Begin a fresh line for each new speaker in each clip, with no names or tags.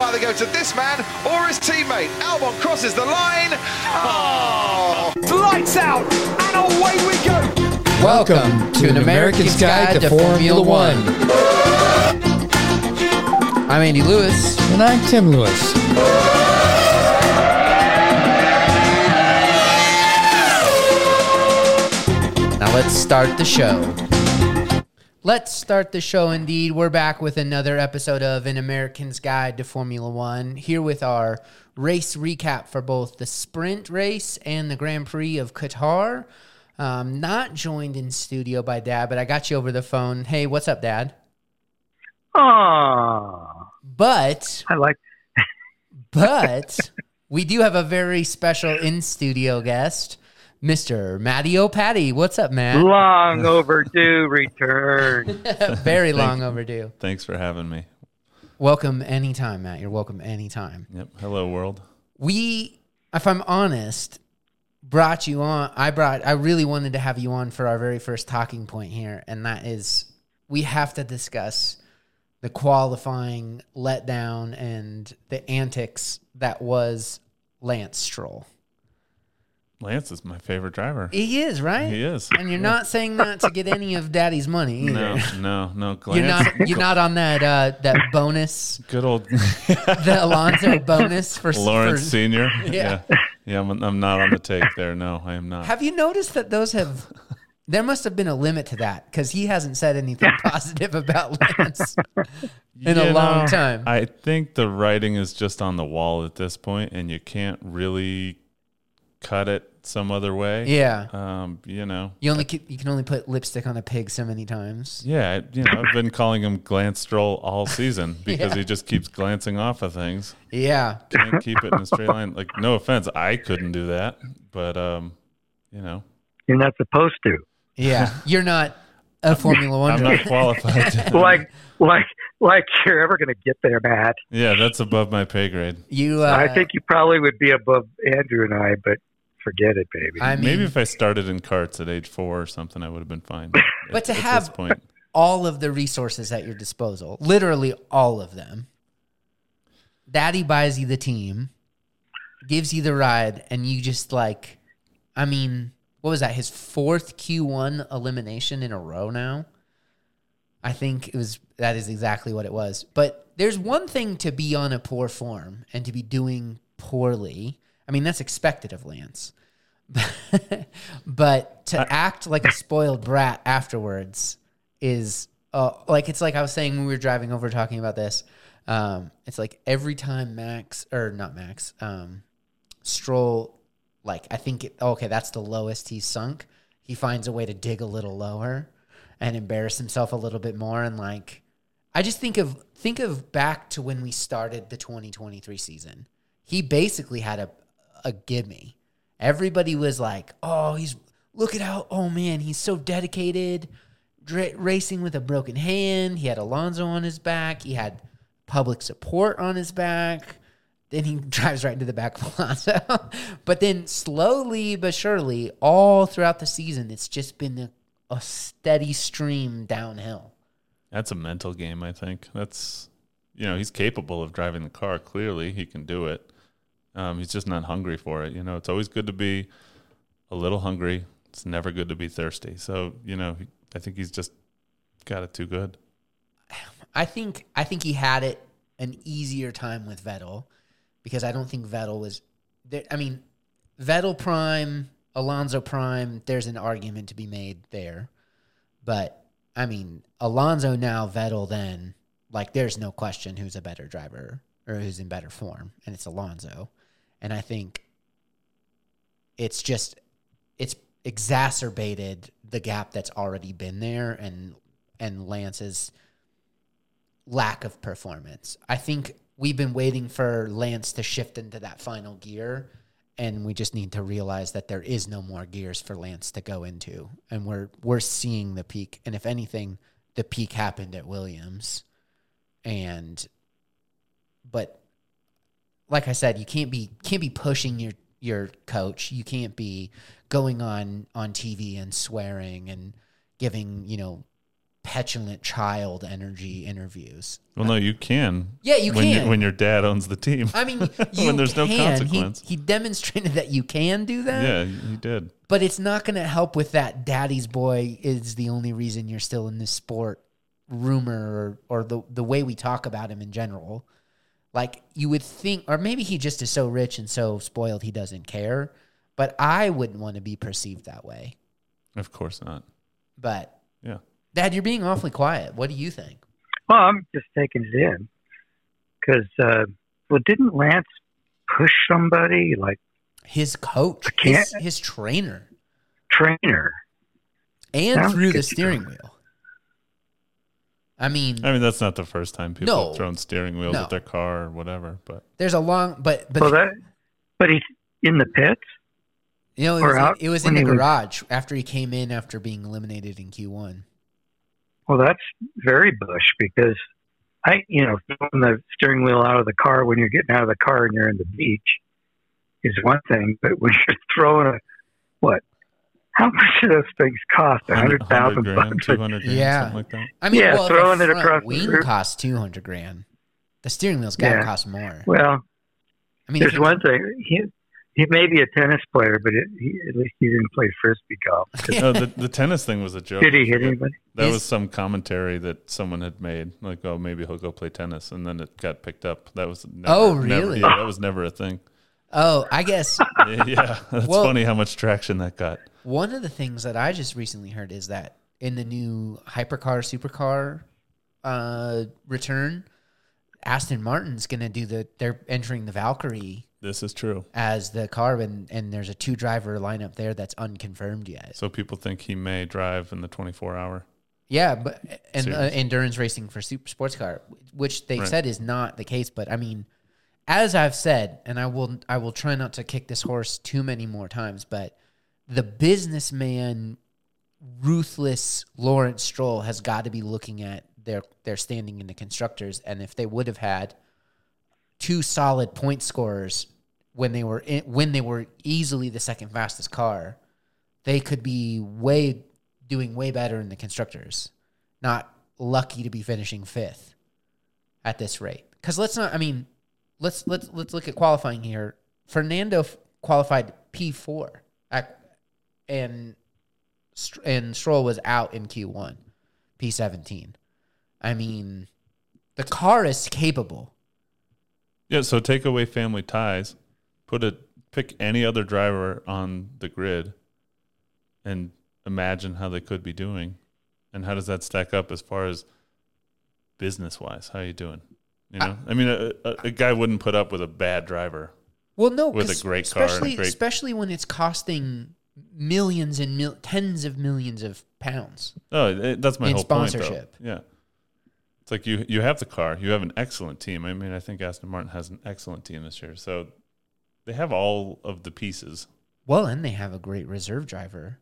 Either go to this man or his teammate. Albon crosses the line. Oh!
Lights out and away we go.
Welcome to an American's Guide to Formula One. I'm Andy Lewis.
And I'm Tim Lewis.
Now let's start the show. Let's start the show indeed. We're back with another episode of An American's Guide to Formula One. Here with our race recap for both the sprint race and the Grand Prix of Qatar. Um, not joined in studio by Dad, but I got you over the phone. Hey, what's up, Dad?
Oh,
But
I like.
but we do have a very special in studio guest, Mr. Matteo Patty. What's up, man?
Long overdue return.
very long overdue.
Thanks for having me.
Welcome anytime, Matt. You're welcome anytime.
Yep. Hello, world.
We, if I'm honest, brought you on. I brought, I really wanted to have you on for our very first talking point here, and that is we have to discuss the qualifying letdown and the antics that was Lance Stroll.
Lance is my favorite driver.
He is, right?
He is.
And you're not saying that to get any of daddy's money either.
No, no, no. Lance,
You're not you're not on that uh, that bonus
Good old
the Alonso bonus for
Lawrence
For,
Senior.
Yeah.
yeah. Yeah, I'm, I'm not on the take there. No, I am not.
have you noticed that those have there must have been a limit to that because he hasn't said anything positive about Lance in a
You
long
know,
time.
I think the writing is just on the wall at this point, and you can't really cut it some other way.
yeah,
Um, you know.
you only can, you can only put lipstick on a pig so many times.
Yeah, I- you know, I've been calling him Glance Stroll all season because he just keeps glancing off of things.
Yeah,
can't keep it in a straight line. Like, no offense, I couldn't do that, but um, you know,
You're not supposed to.
yeah. You're not a Formula One.
I'm
driver.
not qualified. to-
Like, like, like you're ever going to get there, Matt.
yeah, that's above my pay grade.
You, uh,
I think you probably would be above Andrew and I, but forget it, baby.
I mean,
Maybe if I started in carts at age four or something, I would have been fine.
But
At-
to
at this
have-
point,
all of the resources at your disposal, literally all of them. Daddy buys you the team, gives you the ride, and you just like, I mean, what was that? His fourth Q1 elimination in a row now? I think it was, that is exactly what it was. But there's one thing to be on a poor form and to be doing poorly. I mean, that's expected of Lance. but to act like a spoiled brat afterwards is uh, like it's like I was saying when we were driving over talking about this. Um, it's like every time Max or not Max, um, Stroll, like I think it, okay, that's the lowest he's sunk. He finds a way to dig a little lower and embarrass himself a little bit more, and like I just think of think of back to when we started the 2023 season. He basically had a a gimme. Everybody was like, "Oh, he's look at how oh man, he's so dedicated." Dra- racing with a broken hand, he had Alonso on his back, he had public support on his back. Then he drives right into the back of Alonso. but then slowly but surely, all throughout the season, it's just been a, a steady stream downhill.
that's a mental game. I think that's you know he's capable of driving the car. Clearly, he can do it. Um, he's just not hungry for it. You know, it's always good to be a little hungry. It's never good to be thirsty. So you know, he, I think he's just got it too good.
I think I think he had it an easier time with Vettel because I don't think Vettel was there. I mean, Vettel prime, Alonso prime. There's an argument to be made there, but I mean, Alonso now, Vettel then. Like, there's no question who's a better driver or who's in better form, and it's Alonso. And I think it's just it's exacerbated the gap that's already been there, and and Lance's lack of performance. I think we've been waiting for Lance to shift into that final gear, and we just need to realize that there is no more gears for Lance to go into, and we're we're seeing the peak. And if anything, the peak happened at Williams, and but like I said, you can't be can't be pushing your your coach. You can't be going on on TV and swearing and giving you know petulant child energy interviews.
Well, no, you can.
Yeah, you
when
can.
You, when your dad owns the team.
I mean, you
when there's
can.
no consequence.
He, he demonstrated that you can do that,
yeah, he did.
but it's not going to help with that. Daddy's boy is the only reason you're still in this sport rumor or, or the the way we talk about him in general. Like you would think, or maybe he just is so rich and so spoiled he doesn't care. But I wouldn't want to be perceived that way.
Of course not.
But
Yeah.
Dad, you're being awfully quiet. What do you think?
Well, I'm just taking it in because, uh, well, didn't Lance push somebody like
His coach,
can't-
his, his trainer,
trainer?
and
Sounds
through the
good.
steering wheel. I mean,
Uh,
I mean, that's not the first time people
No.
have thrown steering wheels
No.
at their car or whatever. But
there's a long, but but
well, that, but he's in the pits.
you know, it
or
was, in,
out
it was in
when
the
he was-
garage after he came in after being eliminated in Q1.
Well, that's very Bush because I, you know, throwing the steering wheel out of the car when you're getting out of the car and you're in the beach is one thing, but when you're throwing a what? How much do those things cost? A hundred thousand
grand,
bucks.
two hundred grand,
Yeah.
something like that.
I mean,
Yeah,
well, the
throwing it
front
across the
wing
roof.
costs two hundred grand. The steering wheel's got to
Yeah.
cost more.
Well,
I mean, if
There's
it-
one thing. He, he may be a tennis player, but it, he, at least he didn't play frisbee golf.
no, the, the tennis thing was a joke.
Did he hit anybody?
That
He's-
was some commentary that someone had made, like, "Oh, maybe he'll go play tennis," and then it got picked up. That was never,
Oh,
never-
really?
yeah, that was never a thing.
oh, I guess
yeah, that's
Well-
funny how much traction that got.
One of the things that I just recently heard is that in the new hypercar supercar uh, return, Aston Martin's gonna do the. They're entering the Valkyrie
This is true.
as the car, and, and there's a two driver lineup there that's unconfirmed yet.
So people think he may drive in the 24 hour.
Yeah, but and uh,
Serious.
endurance racing for super sports car, which they
Right.
said is not the case. But I mean, as I've said, and I will, I will try not to kick this horse too many more times. But the businessman, ruthless Lawrence Stroll has got to be looking at their their standing in the constructors, and if they would have had two solid point scorers when they were in, when they were easily the second fastest car, they could be way doing way better in the constructors. Not lucky to be finishing fifth at this rate. Because let's not. I mean, let's let's let's look at qualifying here. Fernando f- qualified P four, and Str- and Stroll was out in Q one, P seventeen. I mean, the car is capable.
Yeah. So take away family ties, put a pick any other driver on the grid, and imagine how they could be doing, and how does that stack up as far as business wise? How you doing? You know, I, mean, a, a, a guy wouldn't put up with a bad driver.
Well, no,
With a
'cause
great car and a
especially
great-
especially when it's costing millions and mil- tens of millions of pounds.
Oh, it- that's my
And
whole
sponsorship.
point. Though. Yeah, it's like you you have the car, you have an excellent team. I mean, I think Aston Martin has an excellent team this year, so they have all of the pieces.
Well, and they have a great reserve driver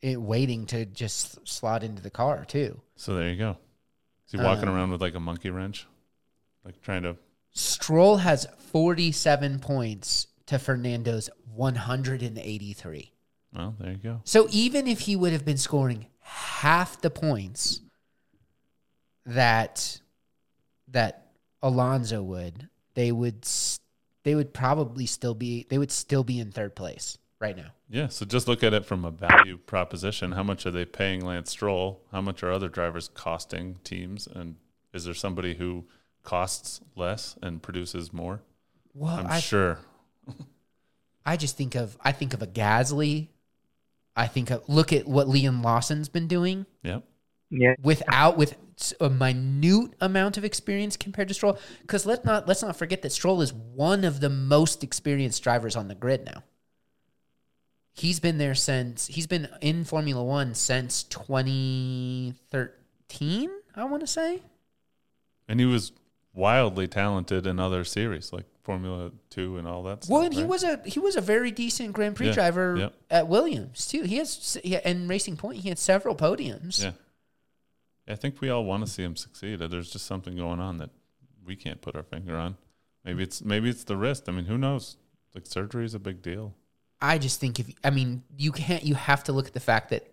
it, waiting to just slot into the car, too.
So there you go. Is he walking
Um,
around with like a monkey wrench, like trying to?
Stroll has 47 points to Fernando's 183.
Well, there you go.
So even if he would have been scoring half the points that that Alonso would, they would s- they would probably still be they would still be in third place right now.
Yeah. So just look at it from a value proposition. How much are they paying Lance Stroll? How much are other drivers costing teams? And is there somebody who costs less and produces more?
Well,
I'm
I
sure.
I just think of I think of a Gasly. I think of look at what Liam Lawson's been doing
Yep.
Yeah,
without with s- a minute amount of experience compared to Stroll. Because let not let's not forget that Stroll is one of the most experienced drivers on the grid now. He's been there since he's been in Formula One since 2013. I want to say
And he was wildly talented in other series like Formula Two and all that.
Well,
stuff,
and he
right?
was a he was a very decent Grand Prix
Yeah,
driver
yeah.
at Williams too. He has yeah, and Racing Point. He had several podiums.
Yeah, I think we all want to see him succeed. Uh, There's just something going on that we can't put our finger on. Maybe it's maybe it's the wrist. I mean, who knows? Like surgery is a big deal.
I just think if I mean you can't you have to look at the fact that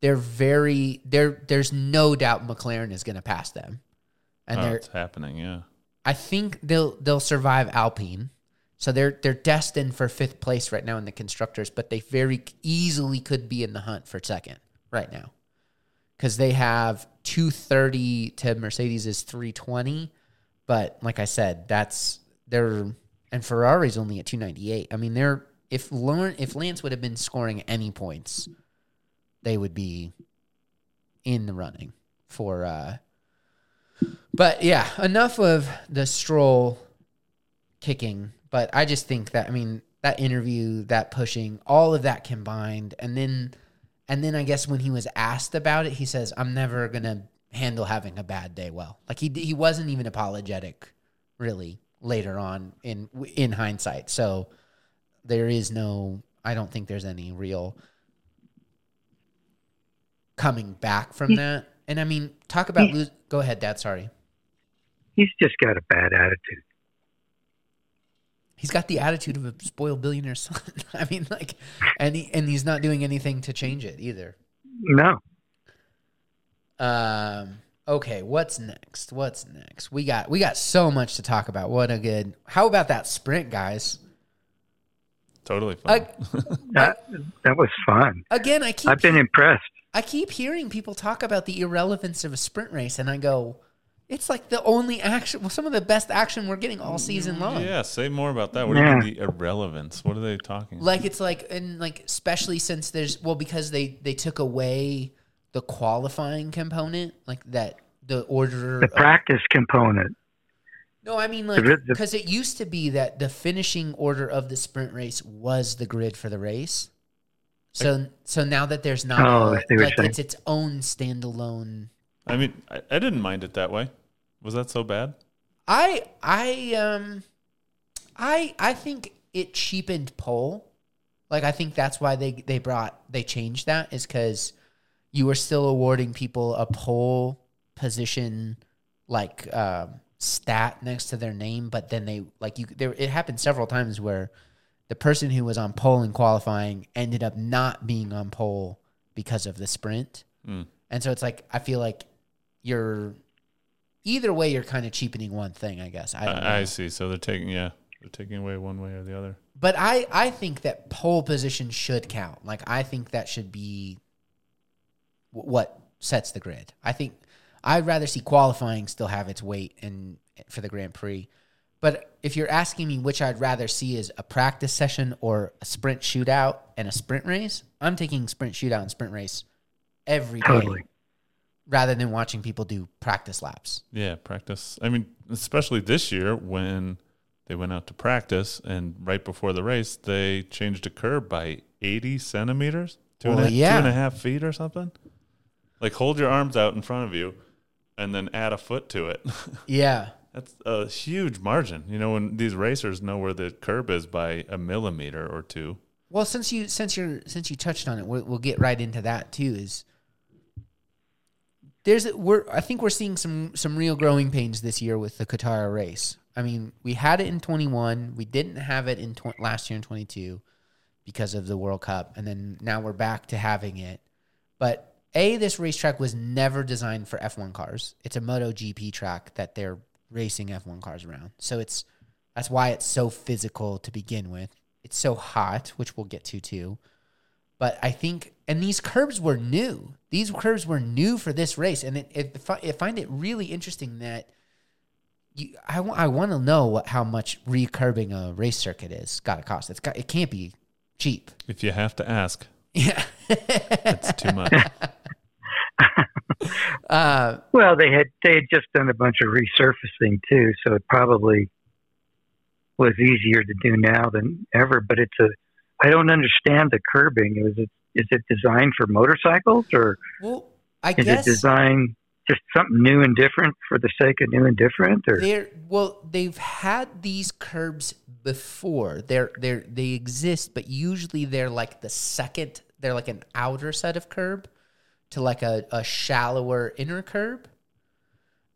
they're very they're there's no doubt McLaren is going to pass them, and
Oh,
they're
it's happening. Yeah.
I think they'll they'll survive Alpine. So they're they're destined for fifth place right now in the constructors, but they very easily could be in the hunt for second right now. Cuz they have 230 to Mercedes is 320, but like I said, that's they're and Ferrari's only at 298. I mean, they're if Lauren if Lance would have been scoring any points, they would be in the running for uh but yeah, enough of the stroll kicking. But I just think that I mean that interview, that pushing, all of that combined, and then and then I guess when he was asked about it, he says, "I'm never gonna handle having a bad day well." Like he he wasn't even apologetic, really. Later on, in in hindsight, so there is no. I don't think there's any real coming back from that. And I mean, talk about lose. Go ahead, Dad. Sorry.
He's just got a bad attitude.
he's got the attitude of a spoiled billionaire son. I mean, like, and he, and he's not doing anything to change it either.
No,
Um, okay, what's next? What's next? We got we got so much to talk about. What a good. How about that sprint, guys?
Totally fine.
I,
that that was fun.
again, I keep
I've been impressed.
I keep hearing people talk about the irrelevance of a sprint race, and I go, it's like the only action, well, some of the best action we're getting all season long.
yeah. Say more about that. What do you mean the irrelevance? What are they talking? about?
like it's like and like especially since there's well because they they took away the qualifying component like that the order
The
of-
practice component.
no i mean like
The- the-
because it used to be that the finishing order of the sprint race was the grid for the race so so now that there's not
Oh, I
a-
see what you're
like
saying.
it's its own standalone
I mean, I, I didn't mind it that way. Was that so bad?
I I um I I think it cheapened pole. Like I think that's why they they brought they changed that is cuz you were still awarding people a pole position like um stat next to their name but then they like you there it happened several times where the person who was on pole in qualifying ended up not being on pole because of the sprint.
Mm.
And so it's like I feel like you're either way you're kind of cheapening one thing, I guess. I don't know.
I, I see. So they're taking yeah, they're taking away one way or the other.
but I I think that pole position should count. Like I think that should be w- what sets the grid. I think I'd rather see qualifying still have its weight in for the Grand Prix. But if you're asking me which I'd rather see is a practice session or a sprint shootout and a sprint race, I'm taking sprint shootout and sprint race every day
Totally.
rather than watching people do practice laps.
Yeah, practice. I mean, especially this year when they went out to practice and right before the race they changed a curb by eighty centimeters, two and a-
Well, yeah.
two and a half feet or something. Like hold your arms out in front of you, and then add a foot to it.
Yeah.
That's a huge margin. You know, when these racers know where the curb is by a millimeter or two.
Well, since you since you're since you touched on it, we'll, we'll get right into that too. Is there's we're I think we're seeing some some real growing pains this year with the Qatar race. I mean, we had it in 21, we didn't have it in tw- last year in 22 because of the World Cup, and then now we're back to having it. But a this racetrack was never designed for F1 cars. It's a MotoGP track that they're racing F1 cars around. So it's that's why it's so physical to begin with. It's so hot, which we'll get to too. But I think, and these curbs were new. These curves were new for this race, and it, it, fi- I find it really interesting that you, I, w- I want to know what, how much recurbing a race circuit is got to cost. It's got, it can't be cheap.
If you have to ask,
Yeah.
it's too much.
uh,
Well, they had they had just done a bunch of resurfacing too, so it probably was easier to do now than ever. But it's a I don't understand the curbing. Is it is it designed for motorcycles or
well, I
is
guess
it designed just something new and different for the sake of new and different? Or
They're well, they've had these curbs before. They're they're they exist, but usually they're like the second they're like an outer set of curb to like a, a shallower inner curb.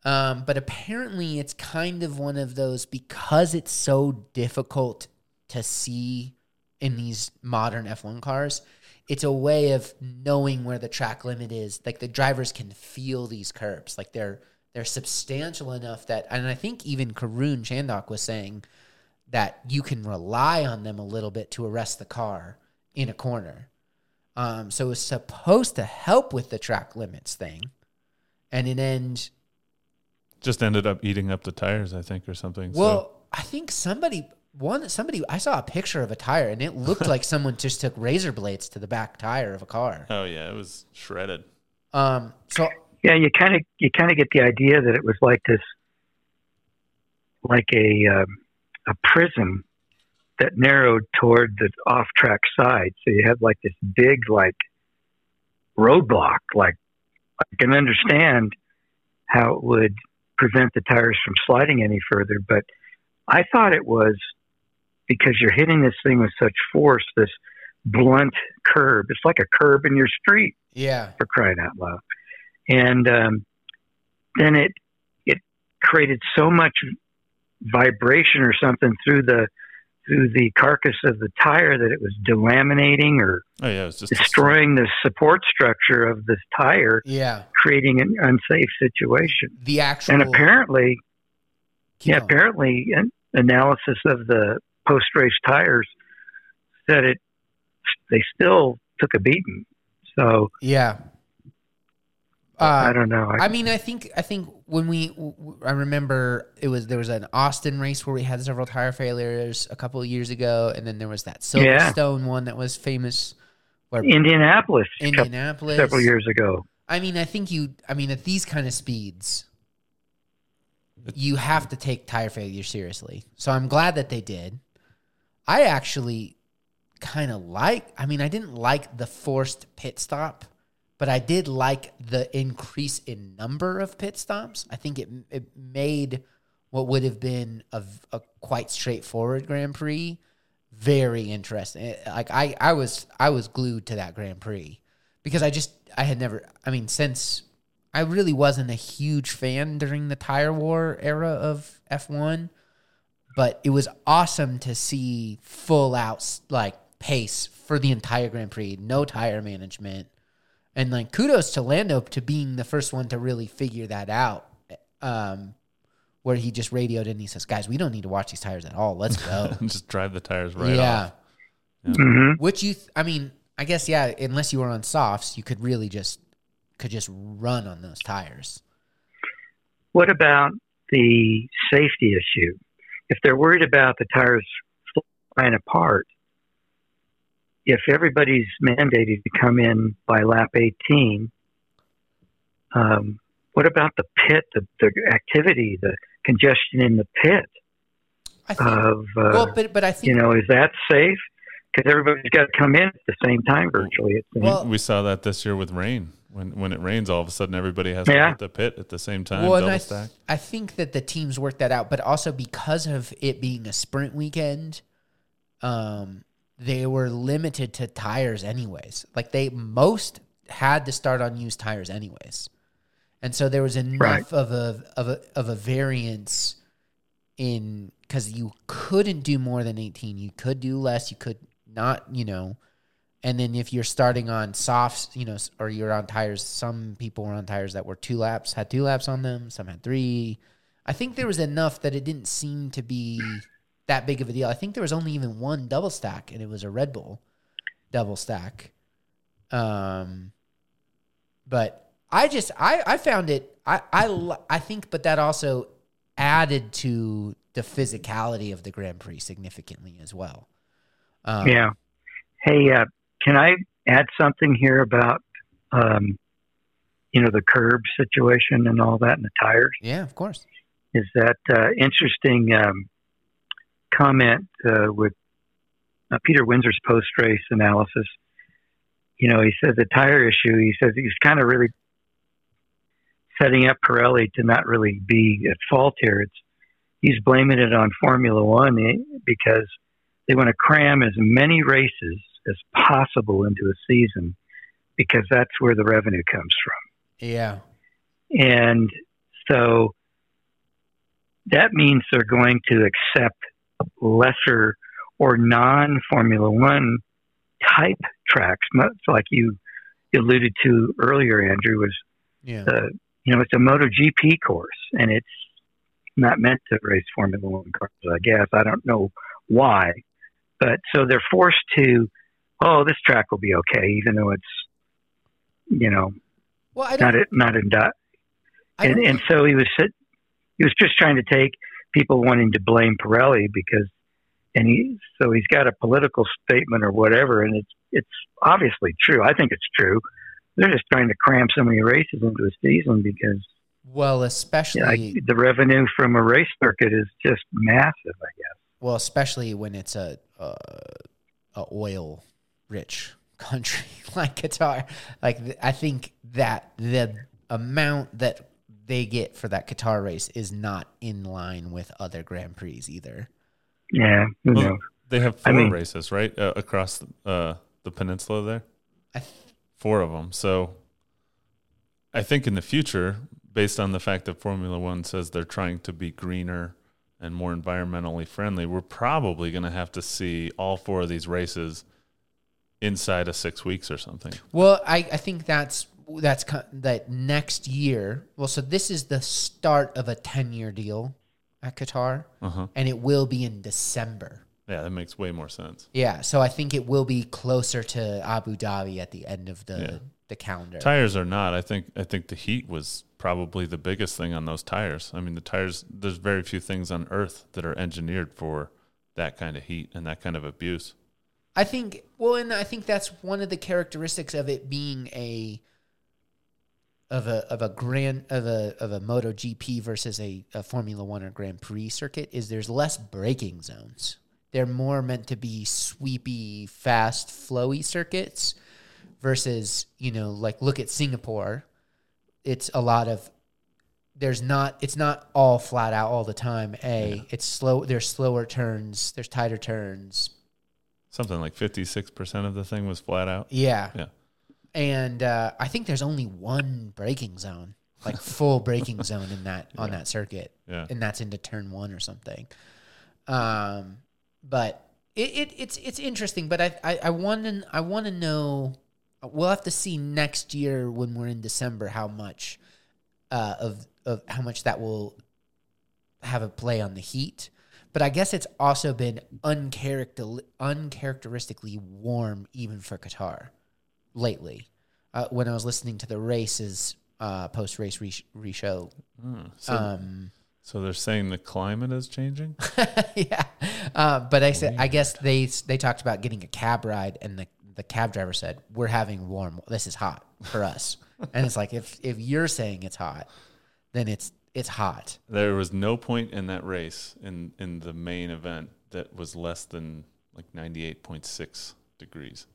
Um, but apparently it's kind of one of those because it's so difficult to see in these modern F1 cars, it's a way of knowing where the track limit is. Like the drivers can feel these curves. Like they're they're substantial enough that and I think even Karun Chandok was saying that you can rely on them a little bit to arrest the car in a corner. Um, so it's supposed to help with the track limits thing. And it ends
Just ended up eating up the tires, I think, or something. So-
well, I think somebody one somebody I saw a picture of a tire and it looked like someone just took razor blades to the back tire of a car.
oh yeah, it was shredded.
Um so
Yeah, you kind of you kind of get the idea that it was like this, like a um, a prism that narrowed toward the off track side. So you had like this big like roadblock. Like I can understand how it would prevent the tires from sliding any further, but I thought it was because you're hitting this thing with such force, this blunt curb. It's like a curb in your street
yeah.
for crying out loud. And um, then it it created so much vibration or something through the through the carcass of the tire that it was delaminating or
Oh yeah, it was just
destroying the support structure of this tire,
Yeah.
creating an unsafe situation.
The actual
And apparently,
Keep
yeah,
going.
apparently, an analysis of the post race tires said it they still took a beating. So
Yeah. Uh,
I don't know. I,
I mean, I think I think when we, w- w- I remember it was there was an Austin race where we had several tire failures a couple of years ago, and then there was that
Yeah.
Silverstone one that was famous, where
Indianapolis a couple-
Indianapolis.
several years ago.
I mean, I think you. I mean, at these kind of speeds, you have to take tire failure seriously. So I'm glad that they did. I actually kind of like. I mean, I didn't like the forced pit stop, but I did like the increase in number of pit stops. I think it it made what would have been a, v- a quite straightforward Grand Prix very interesting. Eh, Like I, I was I was glued to that Grand Prix because I just I had never I mean since I really wasn't a huge fan during the tire war era of F1 but it was awesome to see full out s- like pace for the entire Grand Prix no tire management and like kudos to Lando to being the first one to really figure that out um where he just radioed in and he says guys we don't need to watch these tires at all let's go
just drive the tires right
Oh. yeah
off.
hmm
Which you, th- I mean, I guess yeah. Unless you were on softs, you could really just could just run on those tires.
What about the safety issue? If they're worried about the tires flying apart, if everybody's mandated to come in by lap 18, um, what about the pit, the, the activity, the congestion in the pit?
I think.
Of uh,
well, but but I think
you know, is that safe? Because everybody's got to come in at the same time virtually. It seems.
Well-
We saw that this year with rain. When when it rains, all of a sudden everybody has to
Yeah.
hit the pit at the same time.
well, and
double
I,
stack.
I think that the teams worked that out, but also because of it being a sprint weekend, um, they were limited to tires anyways. Like they most had to start on used tires anyways, and so there was enough
Right.
of a of a of a variance in because you couldn't do more than eighteen. You could do less. You could not. You know. And then if you're starting on softs, you know, s- or you're on tires, some people were on tires that were two laps, had two laps on them, some had three. I think there was enough that it didn't seem to be that big of a deal. I think there was only even one double stack, and it was a Red Bull double stack. Um, but I just I I found it I I li- I think, but that also added to the physicality of the Grand Prix significantly as well. Um,
Yeah. Hey, uh, can I add something here about, um, you know, the curb situation and all that and the tires?
yeah, of course.
Is that uh, interesting um, comment uh, with uh, Peter Windsor's post race analysis? You know, he says the tire issue, he says he's kind of really setting up Pirelli to not really be at fault here. It's, he's blaming it on Formula One eh, because they want to cram as many races as possible into a season because that's where the revenue comes from.
Yeah.
And so that means they're going to accept lesser or non Formula One type tracks, much like you alluded to earlier, Andrew, was
Yeah.
uh, you know, it's a MotoGP course, and it's not meant to race Formula One cars. I guess I don't know why, but so they're forced to. Oh, this track will be okay, even though it's you know
Well, I don't.
not a, not in dot.
I
And,
don't
and so he was sit- he was just trying to take people wanting to blame Pirelli because, and he so he's got a political statement or whatever, and it's it's obviously true. I think it's true. They're just trying to cram so many races into a season because
well,
you know,
especially
I, the revenue from a race circuit is just massive. I guess.
well, especially when it's a a, a oil rich country like Qatar. Like th- I think that the amount that they get for that Qatar race is not in line with other Grand Prix either.
Yeah, who
Well,
knows?
They have
I
four
mean-
races, right, uh, across uh, the peninsula there.
I th-
four of them. So I think in the future, based on the fact that Formula One says they're trying to be greener and more environmentally friendly, we're probably going to have to see all four of these races inside of six weeks or something.
Well, I, I think that's that's co- that next year. Well, so this is the start of a ten year deal at Qatar,
Uh-huh.
and it will be in December.
Yeah, that makes way more sense.
Yeah, so I think it will be closer to Abu Dhabi at the end of the
Yeah.
the calendar.
Tires or not, I think I think the heat was probably the biggest thing on those tires. I mean, the tires. There's very few things on Earth that are engineered for that kind of heat and that kind of abuse.
I think well, and I think that's one of the characteristics of it being a of a of a grand of a of a Moto GP versus a, a Formula One or Grand Prix circuit is there's less braking zones. They're more meant to be sweepy, fast, flowy circuits versus, you know, like look at Singapore. It's a lot of there's not it's not all flat out all the time. A it's slow there's slower turns, there's tighter turns.
Something like 56 percent of the thing was flat out.
Yeah.
Yeah.
And uh, I think there's only one braking zone, like full braking zone in that on that circuit,
Yeah.
and that's into turn one or something. Um, but it, it it's it's interesting. But I I, I want to I want to know. We'll have to see next year when we're in December how much uh, of of how much that will have a play on the heat. But I guess it's also been uncharacter- uncharacteristically warm even for Qatar lately. Uh, when I was listening to the races uh, post race re- reshow,
Hmm. So
um,
So they're saying the climate is changing?
yeah. Uh, but I said, I guess they they talked about getting a cab ride, and the the cab driver said, "We're having warm. This is hot for us." and it's like if if you're saying it's hot, then it's it's hot.
there was no point in that race in in the main event that was less than like 98.6 degrees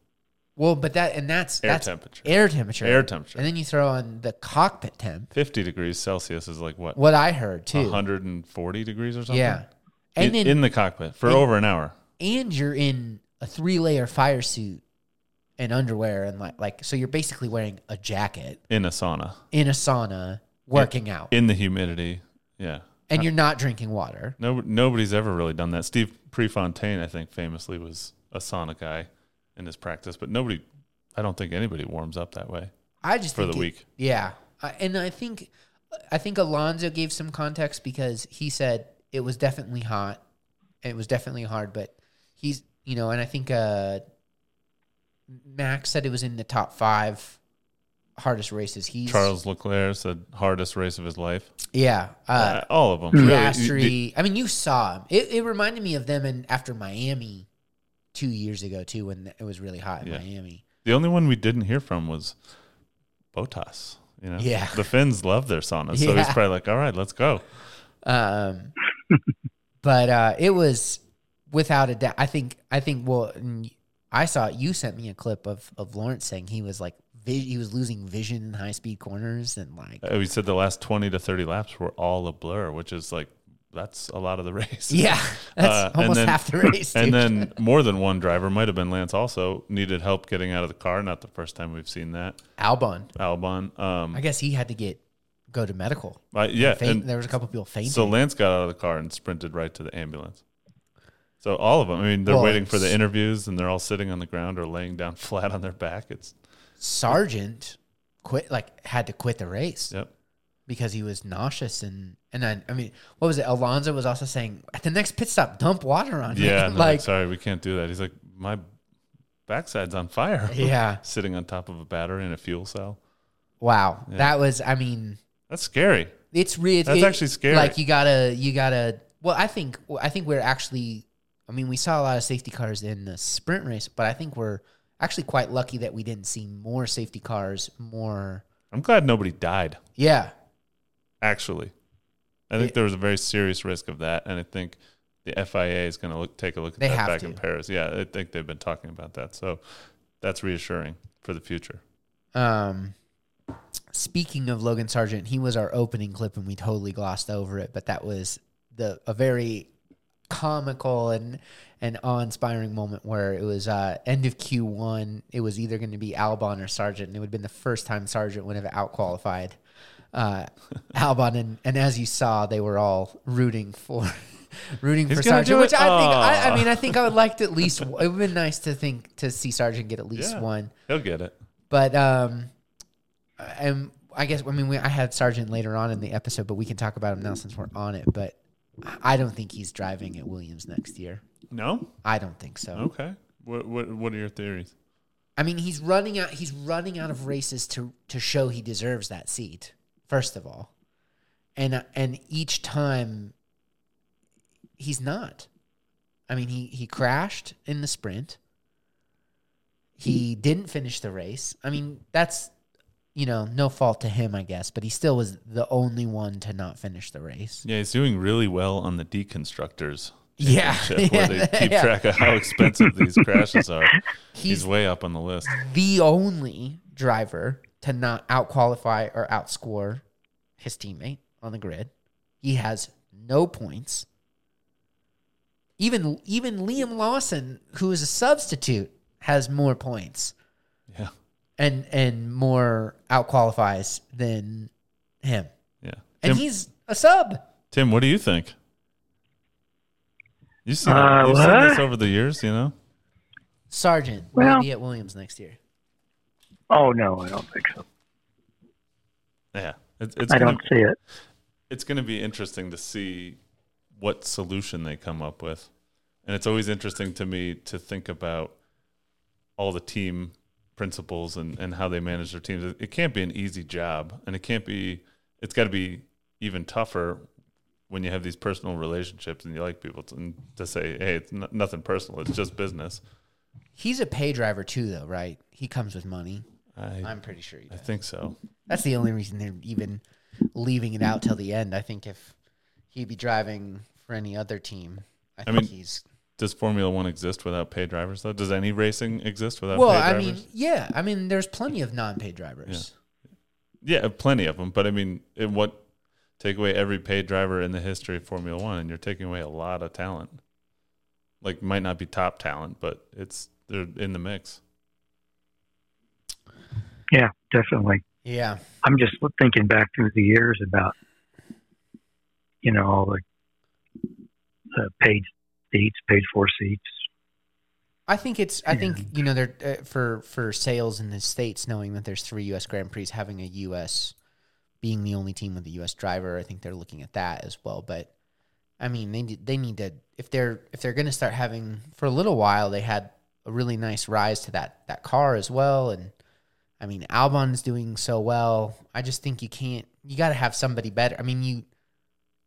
Well, but that and that's
air
that's
temperature.
air temperature.
Air temperature.
And then you throw on the cockpit temp.
50 degrees Celsius is like what?
What I heard too.
140 degrees or something?
Yeah.
In,
And then
in the cockpit for
in-
over an hour.
and you're in a three layer fire suit and underwear and like like so you're basically wearing a jacket
In a sauna.
in a sauna working out.
In the humidity. Yeah.
and you're not drinking water.
No, nobody's ever really done that. Steve Prefontaine, I think, famously was a sauna guy in his practice, but nobody, I don't think anybody warms up that way.
I just
For
think
the
it-
week.
Yeah, I, and I think I think Alonzo gave some context because he said it was definitely hot, and it was definitely hard, but he's you know, and I think uh, Max said it was in the top five hardest races. He's
Charles Leclerc said hardest race of his life.
yeah. Uh,
Uh, all of them.
mastery. I mean, you saw him. It, it reminded me of them in after Miami two years ago too, when it was really hot in
Yeah.
Miami.
The only one we didn't hear from was Botas. You know,
Yeah.
The Finns love their sauna, so he's
Yeah.
probably like, "All right, let's go."
Um, but uh, it was without a doubt. I think. I think. Well, and I saw it. you sent me a clip of of Lawrence saying he was like vi- he was losing vision in high speed corners and like
Uh, We said the last twenty to thirty laps were all a blur, which is like that's a lot of the race.
yeah,
Uh,
that's
and
almost
then-
half the race.
And
dude.
then more than one driver might have been Lance. Also needed help getting out of the car. Not the first time we've seen that.
Albon,
Albon. Um,
I guess he had to get go to medical.
I- yeah.
Faint,
and
there was a couple people fainting.
so Lance got out of the car and sprinted right to the ambulance. So all of them. I mean, they're
Well,
waiting for the
it's-
interviews, and they're all sitting on the ground or laying down flat on their back. It's
Sargent quit, like had to quit the race
yep.
because he was nauseous and and I, I mean, what was it? Alonso was also saying at the next pit stop, dump water on me.
Yeah, and they're like
like
sorry, we can't do that. He's like, my backside's on fire.
yeah,
sitting on top of a battery in a fuel cell.
wow, that was. I mean,
That's scary.
it's really
That's
it-
actually scary.
Like you gotta, you gotta. Well, I think I think we're actually. I mean, we saw a lot of safety cars in the sprint race, but I think we're actually quite lucky that we didn't see more safety cars. More,
I'm glad nobody died.
yeah,
Actually, I think
Yeah.
there was a very serious risk of that, and I think the FIA is going to look take a look at
They
that
have
back
to.
in Paris. Yeah, I think they've been talking about that, so that's reassuring for the future.
Um, speaking of Logan Sargent, he was our opening clip, and we totally glossed over it. But that was the a very comical and and awe-inspiring moment where it was uh, end of Q one. It was either going to be Albon or Sargent, and it would have been the first time Sargent would have outqualified uh, Albon. And, and as you saw, they were all rooting for. Rooting
He's
for
gonna do
Sargent, which
it?
I think I, I
Aw.
mean I think I would like to at least it would have been nice to think to see Sargent get at least
Yeah.
one.
He'll get it.
But um, and I guess I mean we, I had Sargent later on in the episode, but we can talk about him now since we're on it. But I don't think he's driving at Williams next year.
No,
I don't think so.
okay. What what what are your theories?
I mean, he's running out. He's running out of races to to show he deserves that seat. First of all, and and each time, he's not. I mean, he he crashed in the sprint. He didn't finish the race. I mean, that's you know no fault to him, I guess. But he still was the only one to not finish the race.
Yeah, he's doing really well on the deconstructors.
Yeah.
championship, where they keep
Yeah.
track of how expensive these crashes are.
He's
he's way up on the list.
the only driver to not outqualify or outscore his teammate on the grid. He has no points. Even even Liam Lawson, who is a substitute, has more points
Yeah,
and and more outqualifies than him.
yeah.
And
Tim,
he's a sub.
Tim, what do you think? You seen,
Uh,
you've seen this
what?
over the years, you know.
Sergeant
Well-
will be at Williams next year.
Oh no, I don't think so.
Yeah, it's it's
I
gonna,
don't see it.
it's going to be interesting to see what solution they come up with, and it's always interesting to me to think about all the team principles and and how they manage their teams. It- It can't be an easy job, and it can't be. It's got to be even tougher when you have these personal relationships and you like people to, and to say, "Hey, it's n- nothing personal. It's just business."
He's a pay driver too, though, right? He comes with money.
I
I'm pretty sure he
I
does.
think so.
That's the only reason they're even leaving it out till the end. I think if he'd be driving for any other team, I, think
mean,
he's
Does Formula One exist without paid drivers? Though, does any racing exist without?
well.
paid
I
drivers?
mean, yeah. I mean, there's plenty of non-paid drivers.
Yeah, plenty of them. But I mean, in what take away every paid driver in the history of Formula One, and you're taking away a lot of talent. Like, might not be top talent, but it's they're in the mix.
Yeah, definitely.
Yeah,
I'm just thinking back through the years about, you know, all the uh, paid seats, paid for seats.
I think it's. I think you know they're uh, for for sales in the states, knowing that there's three U.S. Grand Prix, having a U.S. being the only team with a U.S. driver. I think they're looking at that as well. But I mean, they need- they need to if they're if they're going to start having for a little while, they had a really nice rise to that that car as well. And I mean, Albon's doing so well. I just think you can't. You got to have somebody better. I mean, you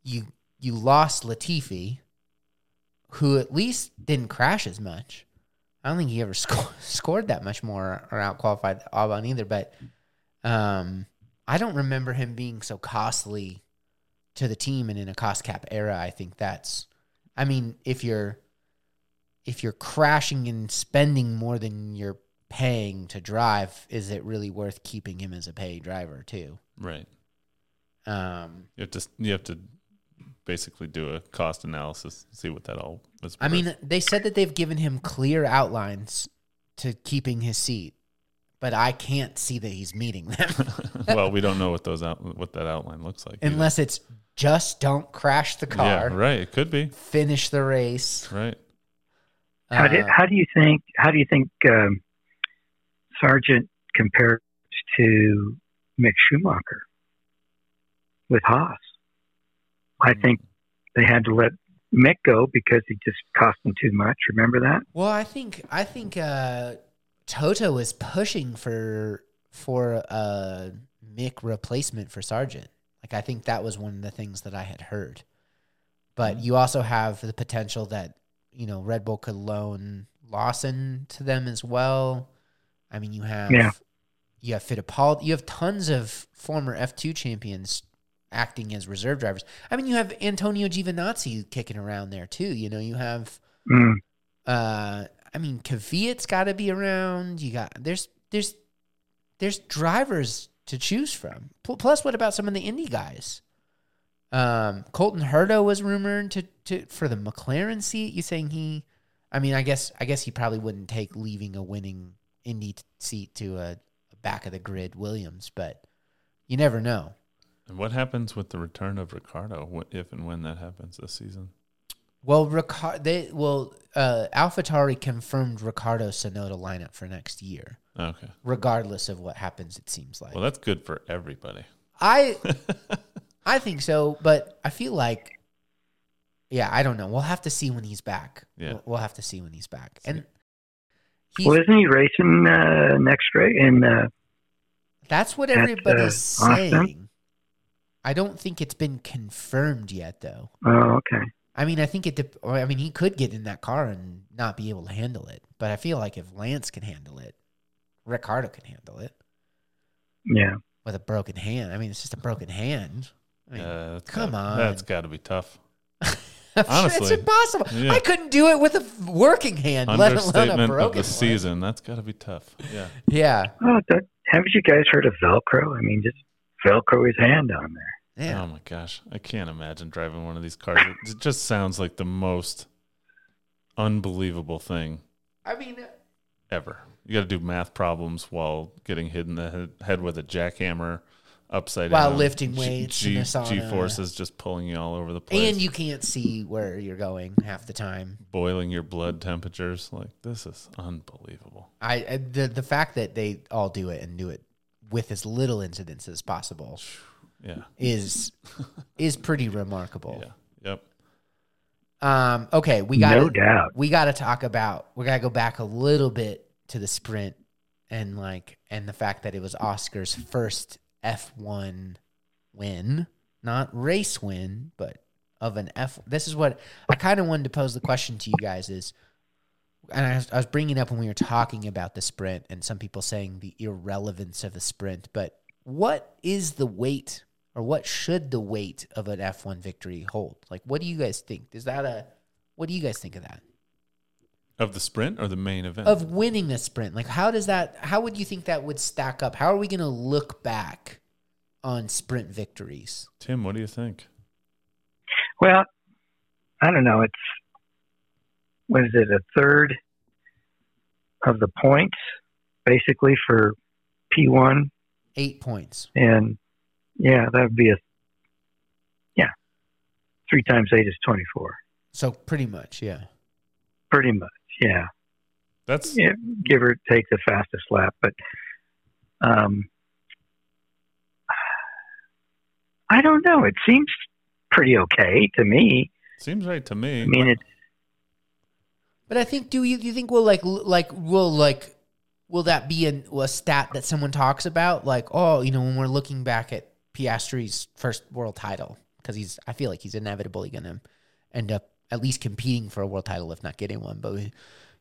you you lost Latifi, who at least didn't crash as much. I don't think he ever sco- scored that much more or outqualified Albon either. But um, I don't remember him being so costly to the team and in a cost cap era. I think that's. I mean, if you're if you're crashing and spending more than you're paying to drive, is it really worth keeping him as a pay driver too?
Right.
Um,
You have to. You have to basically do a cost analysis, see what that all was.
I
worth.
mean, they said that they've given him clear outlines to keeping his seat, but I can't see that he's meeting them.
well, we don't know what those out, what that outline looks like. either.
unless it's just don't crash the car,
yeah, right. It could be
finish the race. Uh,
right.
How do, how do you think how do you think um, Sargent compares to Mick Schumacher with Haas? I think they had to let Mick go because he just cost them too much. Remember that?
Well, I think I think uh, Toto was pushing for for a Mick replacement for Sargent. Like I think that was one of the things that I had heard. But you also have the potential that you know Red Bull could loan Lawson to them as well. I mean, you have
Yeah.
you have Fittipaldi, you have tons of former F two champions acting as reserve drivers. I mean, you have Antonio Giovinazzi kicking around there too. You know, you have
Mm.
uh I mean Kvyat's got to be around. You got there's there's there's drivers to choose from. Pl- Plus, what about some of the indie guys? Um, Colton Herta was rumored to, to for the McLaren seat. You saying he? I mean, I guess I guess he probably wouldn't take leaving a winning Indy t- seat to a, a back of the grid Williams, but you never know.
And what happens with the return of Ricardo wh- if and when that happens this season?
Well, Ricard, they well, uh, AlphaTauri confirmed Ricardo Sonoda lineup for next year.
Okay.
regardless of what happens it seems like
Well, that's good for everybody.
i i think so but i feel like yeah i don't know we'll have to see when he's back
Yeah.
we'll, we'll have to see when he's back and he's,
Well, isn't he racing uh, next race in uh,
that's what
that's, uh,
everybody's
Austin?
saying i don't think it's been confirmed yet though
Oh, okay.
i mean i think it dep- or, i mean he could get in that car and not be able to handle it but i feel like if lance can handle it ricardo can handle it
Yeah.
with a broken hand i mean it's just a broken hand I mean,
Yeah, Uh, that's
come
gotta-
on.
That's got to be tough.
I'm sure
Honestly.
it's impossible.
Yeah.
I couldn't do it with a working hand, let alone a
Understatement of
broken
the
one.
season. That's got to be tough. Yeah.
Yeah,
Oh, that, haven't you guys heard of Velcro? I mean, just Velcro his hand on there.
yeah.
Oh my gosh, I can't imagine driving one of these cars. It- It just sounds like the most unbelievable thing
I mean,
ever. You got to do math problems while getting hit in the head, head with a jackhammer, upside
While
down,
lifting weights in
G,
a sauna.
G forces just pulling you all over the place,
and you can't see where you're going half the time.
boiling your blood temperatures. Like this is unbelievable.
I, I the the fact that they all do it and do it with as little incidents as possible
Yeah.
is is pretty remarkable.
Yeah. Yep.
Um, okay, we got
No doubt.
We got to talk about. We got to go back a little bit to the sprint and like and the fact that it was Oscar's first F1 win, not race win, but of an F. This is what I kind of wanted to pose the question to you guys is, and I was, I was bringing it up when we were talking about the sprint and some people saying the irrelevance of a sprint, but what is the weight or what should the weight of an F1 victory hold? Like, what do you guys think? Is that a what do you guys think of that?
Of the sprint or the main event?
Of winning a sprint, like how does that? How would you think that would stack up? How are we going to look back on sprint victories?
Tim, what do you think?
Well, I don't know. It's what is it? A third of the points, basically for P1,
Eight points.
and yeah, that would be a yeah. Three times eight is twenty-four,
So pretty much, yeah.
pretty much. Yeah,
That's
yeah give or take the fastest lap, but um, I don't know. It seems pretty okay to me.
seems right to me.
I mean, it.
But I think do you do you think we'll like l- like will like will that be an, a stat that someone talks about like oh you know when we're looking back at Piastri's first world title because he's I feel like he's inevitably going to end up at least competing for a world title if not getting one but we,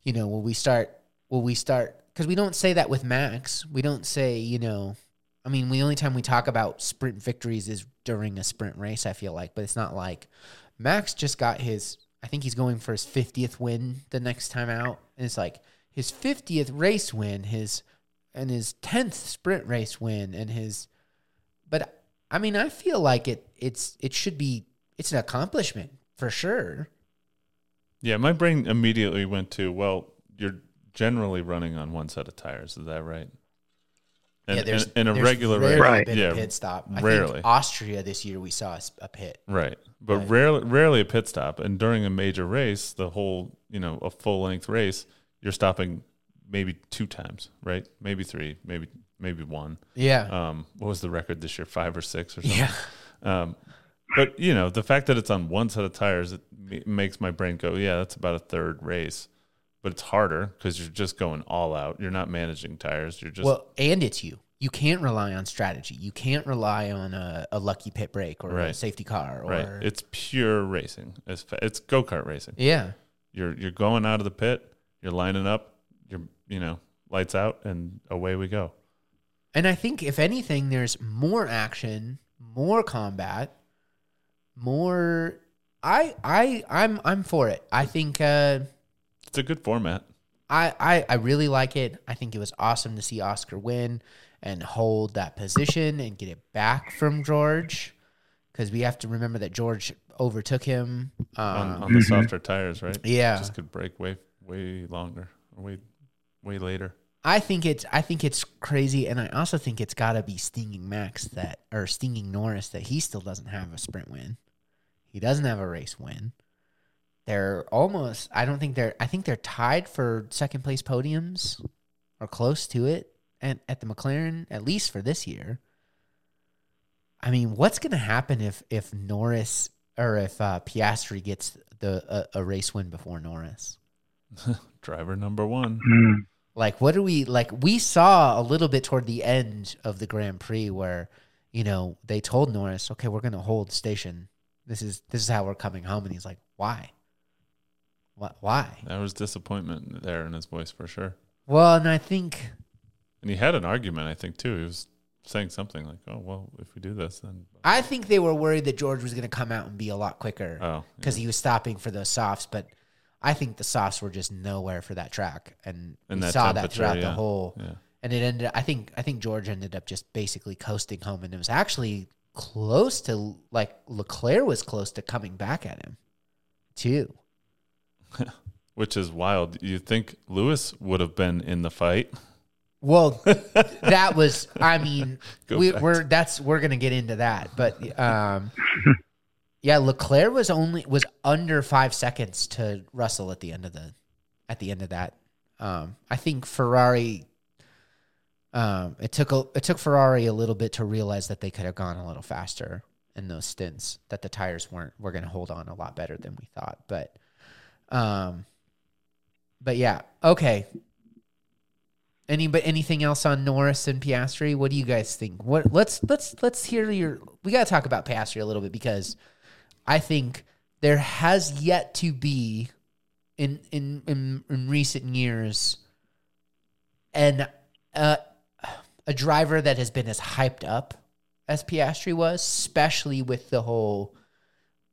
you know will we start will we start because we don't say that with Max we don't say you know I mean the only time we talk about sprint victories is during a sprint race I feel like but it's not like Max just got his I think he's going for his 50th win the next time out. And it's like his 50th race win, his and his 10th sprint race win and his but I mean, I feel like it it's it should be it's an accomplishment for sure.
Yeah, my brain immediately went to, well, you're generally running on one set of tires. Is that right? And,
yeah, there's,
and, and a
there's
regular
rarely
race.
Right.
been
Yeah,
a pit stop. I
rarely.
think Austria this year we saw a s- a pit.
Right. But rarely rarely a pit stop. And during a major race, the whole, you know, a full length race, you're stopping maybe two times, right? Maybe three, maybe maybe one.
Yeah,
Um, what was the record this year? Five or six or something.
yeah,
Um, but you know, the fact that it's on one set of tires, it ma- makes my brain go, yeah, that's about a third race. But it's harder because you're just going all out. You're not managing tires. You're just
well, and it's you. You can't rely on strategy. You can't rely on a, a lucky pit break or a
Right.
safety car. Or,
right. It's pure racing. It's fa- it's go kart racing.
yeah,
You're you're going out of the pit. You're lining up. You're you know lights out and away we go.
and I think if anything, there's more action, more combat, more. I I I'm I'm for it. I think. Uh,
It's a good format.
I, I, I really like it. I think it was awesome to see Oscar win and hold that position and get it back from George because we have to remember that George overtook him.
on,
Um,
on the softer tires, right?
Yeah.
just could break way way longer, or way way later.
I think it's I think it's crazy, and I also think it's got to be stinging Max that or stinging Norris that he still doesn't have a sprint win. He doesn't have a race win. They're almost. I don't think they're. I think they're tied for second place podiums, or close to it, and at the McLaren at least for this year. I mean, what's going to happen if if Norris or if uh, Piastri gets the a, a race win before Norris?
Driver number one.
Mm.
like what do we like we saw a little bit toward the end of the grand prix where you know they told norris okay we're going to hold station this is this is how we're coming home and he's like why what why
There was disappointment there in his voice for sure.
well and i think
And he had an argument, I think, too. He was saying something like, "Oh, well, if we do this, then
i think they were worried that george was going to come out and be a lot quicker
oh, yeah.
because he was stopping for those softs but i think the softs were just nowhere for that track and,
And
we
that
saw that
temperature,
throughout the
yeah.
whole
yeah,
and it ended i think i think george ended up just basically coasting home and it was actually close to like leclaire was close to coming back at him too
which is wild. You think Lewis would have been in the fight?
well that was i mean
Go
we,
back
we're that's we're gonna get into that but um yeah leclaire was only was under five seconds to russell at the end of the at the end of that um i think ferrari um it took a, it took ferrari a little bit to realize that they could have gone a little faster in those stints that the tires weren't were gonna hold on a lot better than we thought but um but yeah okay any but anything else on Norris and Piastri? What do you guys think? What let's let's let's hear your. We got to talk about Piastri a little bit because I think there has yet to be in in in, in recent years an uh, a driver that has been as hyped up as Piastri was, especially with the whole.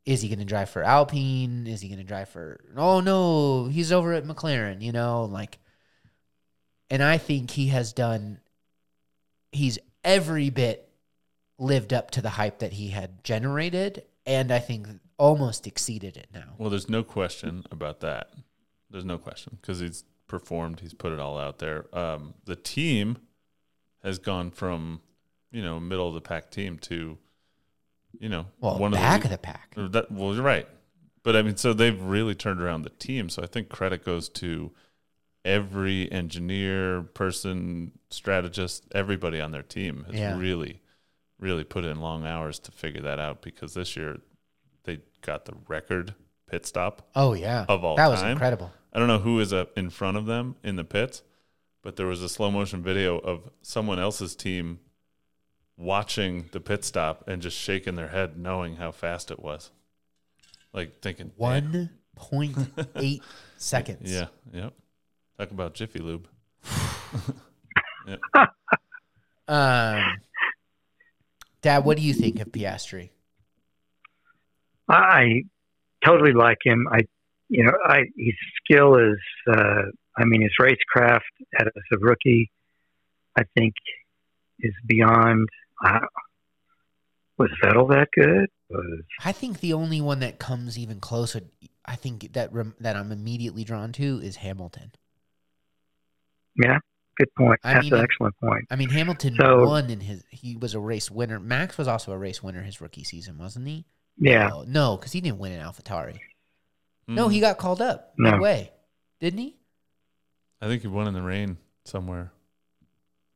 Is he going to drive for Alpine? Is he going to drive for? Oh no, he's over at McLaren. You know, like and I think he has done he's every bit lived up to the hype that he had generated and I think almost exceeded it now.
Well, there's no question about that. There's no question because he's performed. He's put it all out there. Um, the team has gone from you know middle of the pack team to you know
Well, back
the,
of the pack.
Uh, That, well, you're right. But I mean, so they've really turned around the team. So I think credit goes to every engineer, person, strategist, everybody on their team has
Yeah.
really, really put in long hours to figure that out because this year they got the record pit stop
Oh yeah.
of all
that was
time.
incredible.
I don't know who is up in front of them in the pits, but there was a slow motion video of someone else's team watching the pit stop and just shaking their head, knowing how fast it was. Like thinking, "Damn."
1.8 seconds.
Yeah, yep. Talk about Jiffy Lube.
Um Dad, what do you think of Piastri?
I totally like him. I, you know, I his skill is, uh, I mean, his racecraft as a rookie, I think, is beyond. Wow. Was Vettel that good? Was,
I think the only one that comes even close would I think that rem- that I'm immediately drawn to is Hamilton.
yeah, good point.
I
That's
mean,
an
it-
excellent point.
I mean, Hamilton
So-
won in his. He was a race winner. Max was also a race winner his rookie season, wasn't he?
Yeah.
Oh, no, because he didn't win in AlphaTauri. No,
Hmm. Mm.
he got called up.
No.
No way, didn't he?
I think he won in the rain somewhere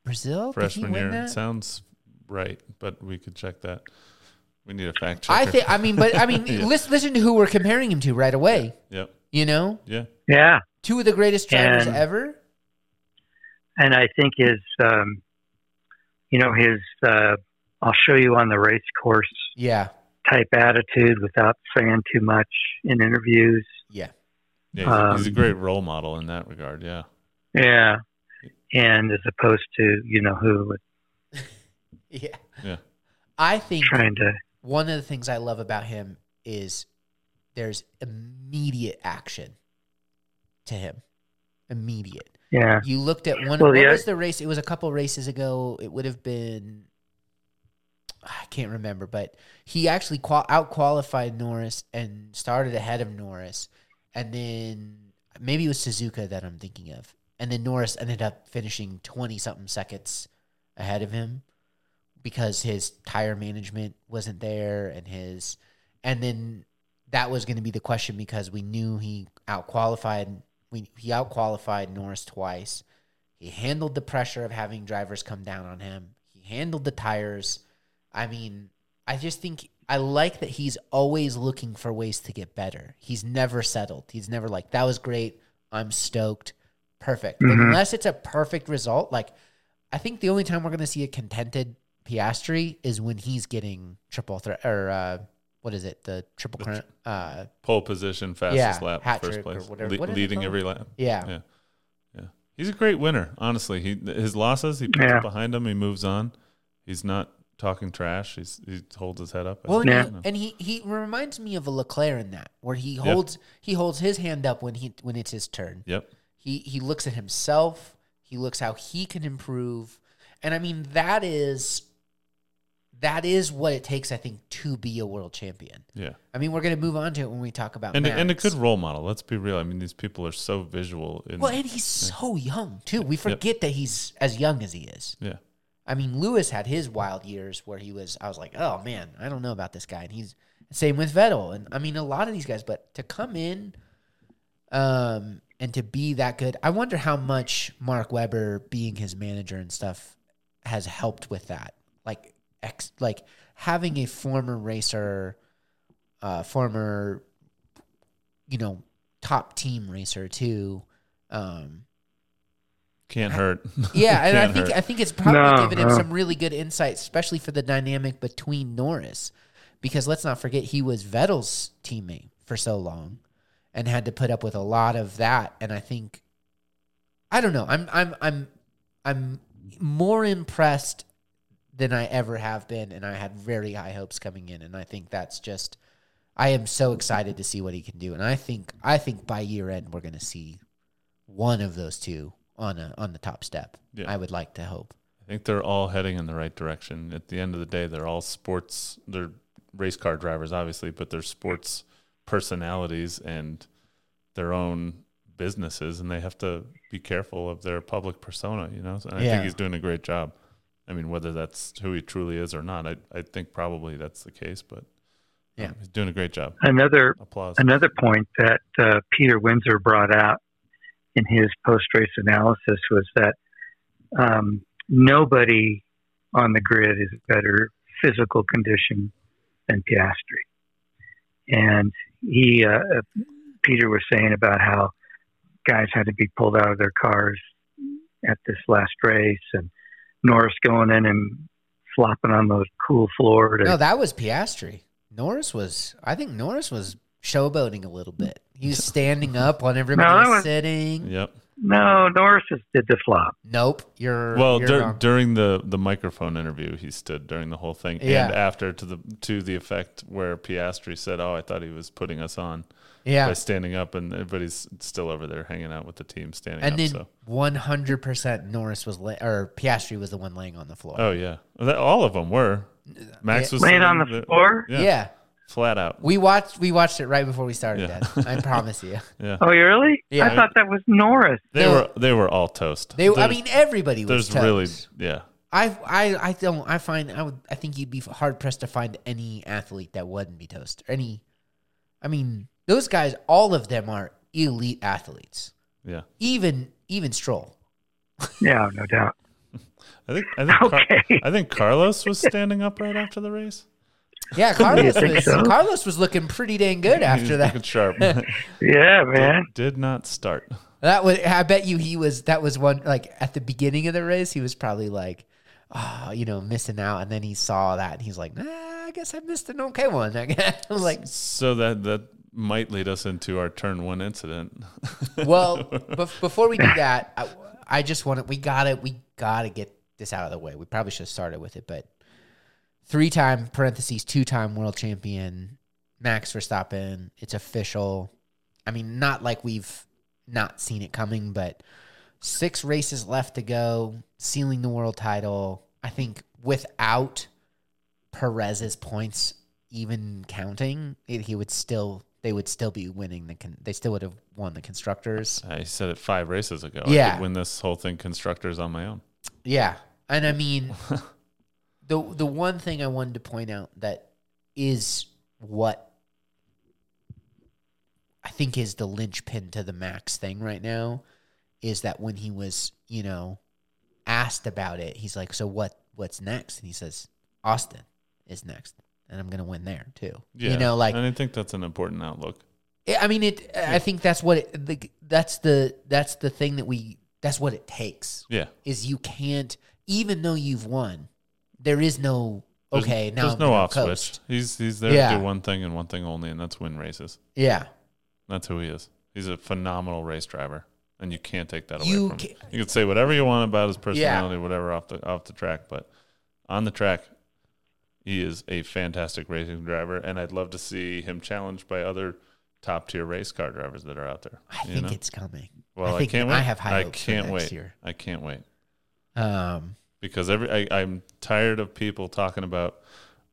Brazil
freshman
Oh, Did he
year.
win
It
that?
sounds right, but we could check that. We need a fact checker.
I think. I mean, but I mean,
Yeah.
listen, listen to who we're comparing him to right away.
Yep.
You know,
Yeah.
Yeah.
two of the greatest drivers
And-
ever.
And I think his, um, you know, his, uh, I'll show you on the race course
Yeah,
type attitude without saying too much in interviews.
yeah,
Yeah. He's, a- he's a
Um,
great role model in that regard. Yeah.
Yeah. And as opposed to, you know, who was
yeah.
Yeah.
I think
trying to,
one of the things I love about him is there's immediate action to him. Immediate.
yeah.
You looked at one.
Well,
what
the-
was the race? It was a couple races ago. It would have been. I can't remember, but he actually qual- out qualified Norris and started ahead of Norris, and then maybe it was Suzuka that I'm thinking of, and then Norris ended up finishing twenty something seconds ahead of him because his tire management wasn't there and his and then that was going to be the question because we knew he outqualified we he outqualified Norris twice. He handled the pressure of having drivers come down on him. He handled the tires. I mean, I just think I like that he's always looking for ways to get better. He's never settled. He's never like that was great. I'm stoked. Perfect.
Mhm.
Unless it's a perfect result, like I think the only time we're going to see a contented Piastri is when he's getting triple threat or uh, what is it? The triple
The tr-
crown. Uh,
Pole position, fastest
Yeah,
lap,
hat
first
trick or
place,
whatever.
Le-
What is it
leading
called?
every lap.
yeah.
Yeah. Yeah. He's a great winner, honestly. He his losses, he picks
Yeah.
up behind him, he moves on. He's not talking trash. He's he holds his head up. I
Well, and,
think,
Yeah.
you know.
he, and he he reminds me of a Leclerc in that where he
Yeah.
holds he holds his hand up when he when it's his turn.
Yep.
He he looks at himself. He looks how he can improve, and I mean that is that is what it takes, I think, to be a world champion.
Yeah.
I mean, we're gonna move on to it when we talk about
And a, and a
Max.
good role model. Let's be real. I mean, these people are so visual. In,
Well, and he's so young too. We forget that he's as young as he is.
yeah.
I mean, Lewis had his wild years where he was. I was like, oh man, I don't know about this guy. And he's same with Vettel, and I mean a lot of these guys. But to come in, um, and to be that good, I wonder how much Mark Webber being his manager and stuff has helped with that. Like, ex, like having a former racer, uh, former, you know, top team racer too. Um,
Can't hurt.
yeah, and I
Can't
think
hurt.
I think it's probably
No,
given him
no.
some really good insight, especially for the dynamic between Norris, because let's not forget he was Vettel's teammate for so long, and had to put up with a lot of that. And I think, I don't know, I'm I'm I'm I'm more impressed than I ever have been, and I had very high hopes coming in, and I think that's just. I am so excited to see what he can do, and I think I think by year end we're going to see one of those two on a on the top step.
Yeah.
I would like to hope.
I think they're all heading in the right direction. At the end of the day, they're all sports. They're race car drivers, obviously, but they're sports personalities and their own businesses, and they have to be careful of their public persona. You know, and I
Yeah.
think he's doing a great job. I mean, whether that's who he truly is or not, I I think probably that's the case. But um,
Yeah.
he's doing a great job.
Another
Applause.
Another point that uh, Peter Windsor brought out in his post race analysis was that um, nobody on the grid is better physical condition than Piastri. And he, uh, uh, Peter was saying about how guys had to be pulled out of their cars at this last race and Norris going in and flopping on those cool floor to
No, that was Piastri. Norris was. I think Norris was showboating a little bit. He was standing up when
No,
everybody
that
was
was-
sitting.
Yep.
no, Norris just did the flop.
Nope. You're
Well,
You're
dur-
wrong.
during the the microphone interview, he stood during the whole thing,
Yeah.
and after to the to the effect where Piastri said, "Oh, I thought he was putting us on by
yeah.
standing up," and everybody's still over there hanging out with the team standing
And
up.
then
so,
one hundred percent Norris was la- or Piastri was the one laying on the floor.
oh yeah, Well, that- all of them were. Max was
Laying
sitting
on the
there-
floor?
yeah.
Yeah, flat out.
We watched we watched it right before we started.
Yeah.
Dad. I promise you.
Yeah,
Oh, you really?
Yeah.
I thought that was Norris.
they
No.
were they were all toast.
They, I
There's-
mean, everybody was.
there's
toast.
really yeah.
I, I, I don't. I find I would. I think you'd be hard pressed to find any athlete that wouldn't be toast. Or any, I mean, those guys, all of them are elite athletes.
Yeah,
Even even Stroll.
Yeah, no doubt.
I think I think Car-
Okay.
I think Carlos was standing up right after the race.
Yeah, Carlos
think
was
so?
Carlos was looking pretty dang good
He was
after that.
looking sharp.
Yeah, man.
Did not start.
That was. I bet you he was. That was one. Like at the beginning of the race, he was probably like, oh, you know, missing out. And then he saw that, and he's like, nah, I guess I missed an okay one. I guess. I'm like,
So that that might lead us into our turn one incident.
well, bef- before we do that, I, I just want to. We gotta. We gotta get this out of the way. We probably should have started with it, but three-time parentheses two-time world champion Max Verstappen. It's official. I mean, not like we've not seen it coming, but six races left to go, sealing the world title. I think without Perez's points even counting, it, he would still they would still be winning the con- they still would have won the constructors.
I said it five races ago. I
Yeah.
could win this whole thing constructors on my own.
Yeah, and I mean, the the one thing I wanted to point out that is what I think is the linchpin to the Max thing right now is that when he was you know asked about it, he's like, "So what? What's next?" And he says, "Austin is next." And I'm gonna win there too.
Yeah,
You know, like
and I think that's an important outlook.
I I mean, it. I think that's what it. The, that's the that's the thing that we. That's what it takes
Yeah,
is you can't even though you've won, there is no
There's-
okay now.
there's
I'm
no
gonna
off
coast.
switch. He's he's there
Yeah.
to do one thing and one thing only, and that's win races.
Yeah,
That's who he is. He's a phenomenal race driver, and you can't take that away
You
from him.
ca-
You can say whatever you want about his personality, whatever off the off the track, but on the track, he is a fantastic racing driver, and I'd love to see him challenged by other top tier race car drivers that are out there.
I
you
think
know?
it's coming.
well,
I think
can't wait.
I have high
I
hopes
can't
for next
wait.
year.
I can't wait
Um,
because every I, I'm tired of people talking about.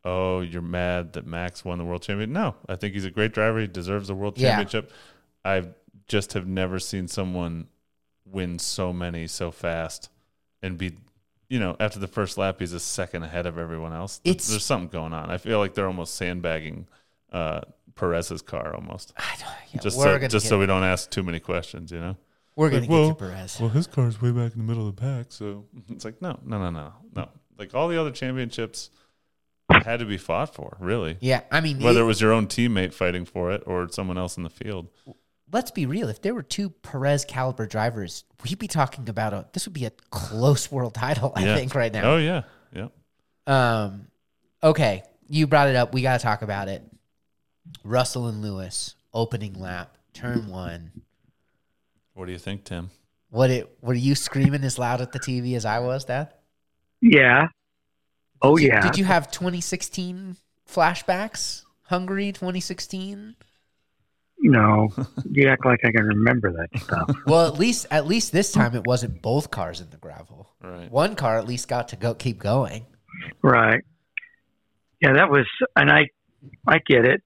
Oh, you're mad that Max won the world championship? No, I think he's a great driver. He deserves the world
Yeah.
championship. I just have never seen someone win so many so fast and be, you know, after the first lap, he's a second ahead of everyone else. Th-
It's-
There's something going on. I feel like they're almost sandbagging uh, Perez's car almost.
I don't, yeah,
Just
we're
so,
gonna
just
get,
so we don't ask too many questions, you know?
we're gonna
like,
get to Perez.
Well, his car's way back in the middle of the pack, so Mm-hmm. it's like no, no, no, no, no. Like all the other championships had to be fought for, really.
yeah, I mean,
Whether
it-
it was your own teammate fighting for it or someone else in the field,
let's be real. If there were two Perez caliber drivers, we'd be talking about a. This would be a close world title, I
Yeah.
think, right now.
Oh yeah, yeah.
Um, okay, you brought it up. We got to talk about it. Russell and Lewis opening lap, turn one.
What do you think, Tim?
What it? Were you screaming as loud at the TV as I was, Dad?
Yeah. Oh,
Did you-
yeah.
Did you have 2016 flashbacks? Hungary 2016.
No, you act like I can remember that stuff.
Well, at least at least this time it wasn't both cars in the gravel.
Right.
One car at least got to go keep going.
right. Yeah, that was, and I, I get it.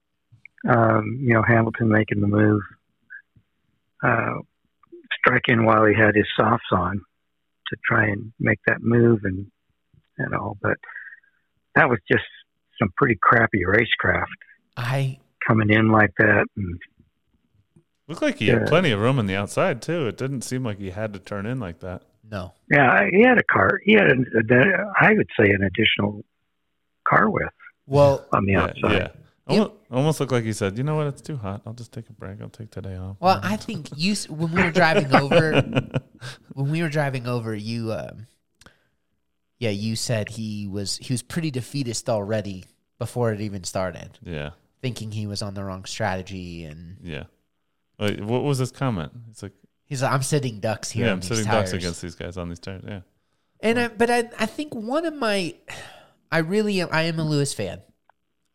Um, you know, Hamilton making the move, uh, striking while he had his softs on to try and make that move and and all, but that was just some pretty crappy racecraft
I
coming in like that. And
Looked like he
Yeah.
had plenty of room on the outside too. It didn't seem like he had to turn in like that.
no.
yeah, he had a car. He had, an, I would say, an additional car width
Well,
on the
Yeah,
outside.
yeah. Almost, almost looked like he said, "You know what? It's too hot. I'll just take a break. I'll take today off."
well, I think you s- when we were driving over when we were driving over, you, um, yeah, you said he was he was pretty defeatist already before it even started,
yeah,
thinking he was on the wrong strategy, and
yeah. Wait, what was his comment? It's like,
he's like, "I'm sitting ducks here."
yeah,
on
I'm
these
sitting ducks
tires."
against these guys on these tires. Yeah.
And I, but I, I think one of my, I really am, I am a Lewis fan.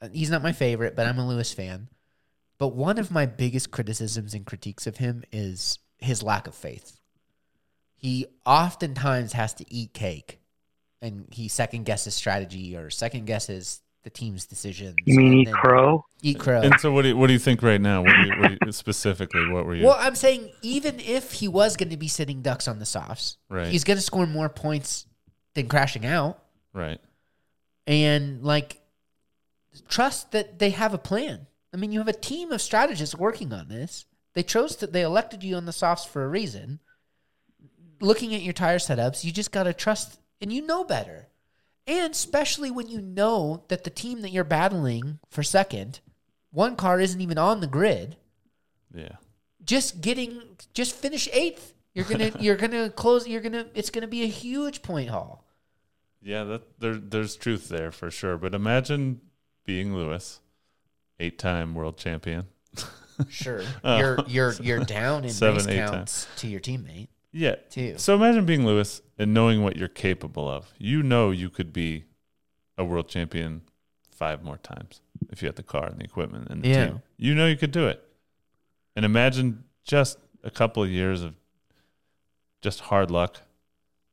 Uh, He's not my favorite, but I'm a Lewis fan. But one of my biggest criticisms and critiques of him is his lack of faith. He oftentimes has to eat cake and he second guesses strategy or second guesses the team's decisions.
You mean
and
eat
then-
crow?
Eat crow.
And so, what do you, what do you think right now? What do you, what do you, specifically, what were you?
Well, I'm saying even if he was going to be sitting ducks on the softs,
Right.
he's going to score more points than crashing out.
right.
And like, trust that they have a plan. I mean, you have a team of strategists working on this. They chose to, they elected you on the softs for a reason. Looking at your tire setups, you just got to trust and you know better. And especially when you know that the team that you're battling for second, one car isn't even on the grid
Yeah.
just getting just finish eighth. You're gonna you're gonna close. You're gonna it's gonna be a huge point haul.
Yeah, that there there's truth there for sure. But imagine being Lewis, eight time world champion.
Sure,
Oh.
you're you're you're down in
Seven,
race
eight
counts to your teammate.
Yeah.
Two.
So imagine being Lewis and knowing what you're capable of. You know you could be a world champion five more times if you had the car and the equipment and the
Yeah.
team. You know you could do it. And imagine just a couple of years of just hard luck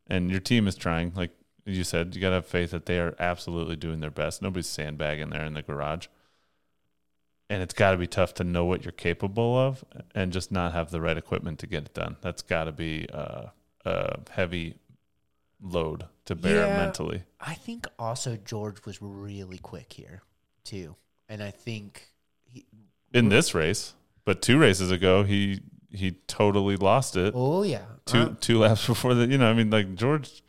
and your team is trying. Like you said, you gotta have faith that they are absolutely doing their best. Nobody's sandbagging there in the garage. And it's got to be tough to know what you're capable of and just not have the right equipment to get it done. That's got to be uh, a heavy load to bear
Yeah.
mentally.
I think also George was really quick here too, and I think he,
in this race, but two races ago he he totally lost it.
oh yeah,
Two
I'm-
two laps before the you know I mean like George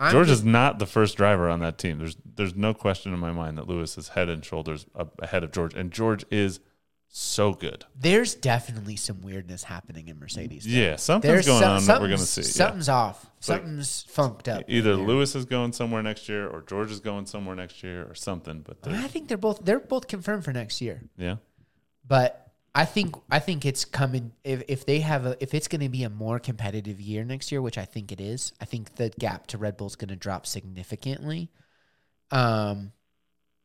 I'm
George
just-
is not the first driver on that team. There's there's no question in my mind that Lewis is head and shoulders up ahead of George, and George is so good.
there's definitely some weirdness happening in Mercedes. though.
Yeah, something's
There's
going
some-
on that we're gonna
something's-
see. yeah.
Something's off. Something's funked up.
Either
in there.
Lewis is going somewhere next year, or George is going somewhere next year, or something. But
I
there's-
think they're both they're both confirmed for next year.
yeah,
but I think I think it's coming if, if they have a if it's going to be a more competitive year next year, which I think it is. I think the gap to Red Bull's going to drop significantly. Um,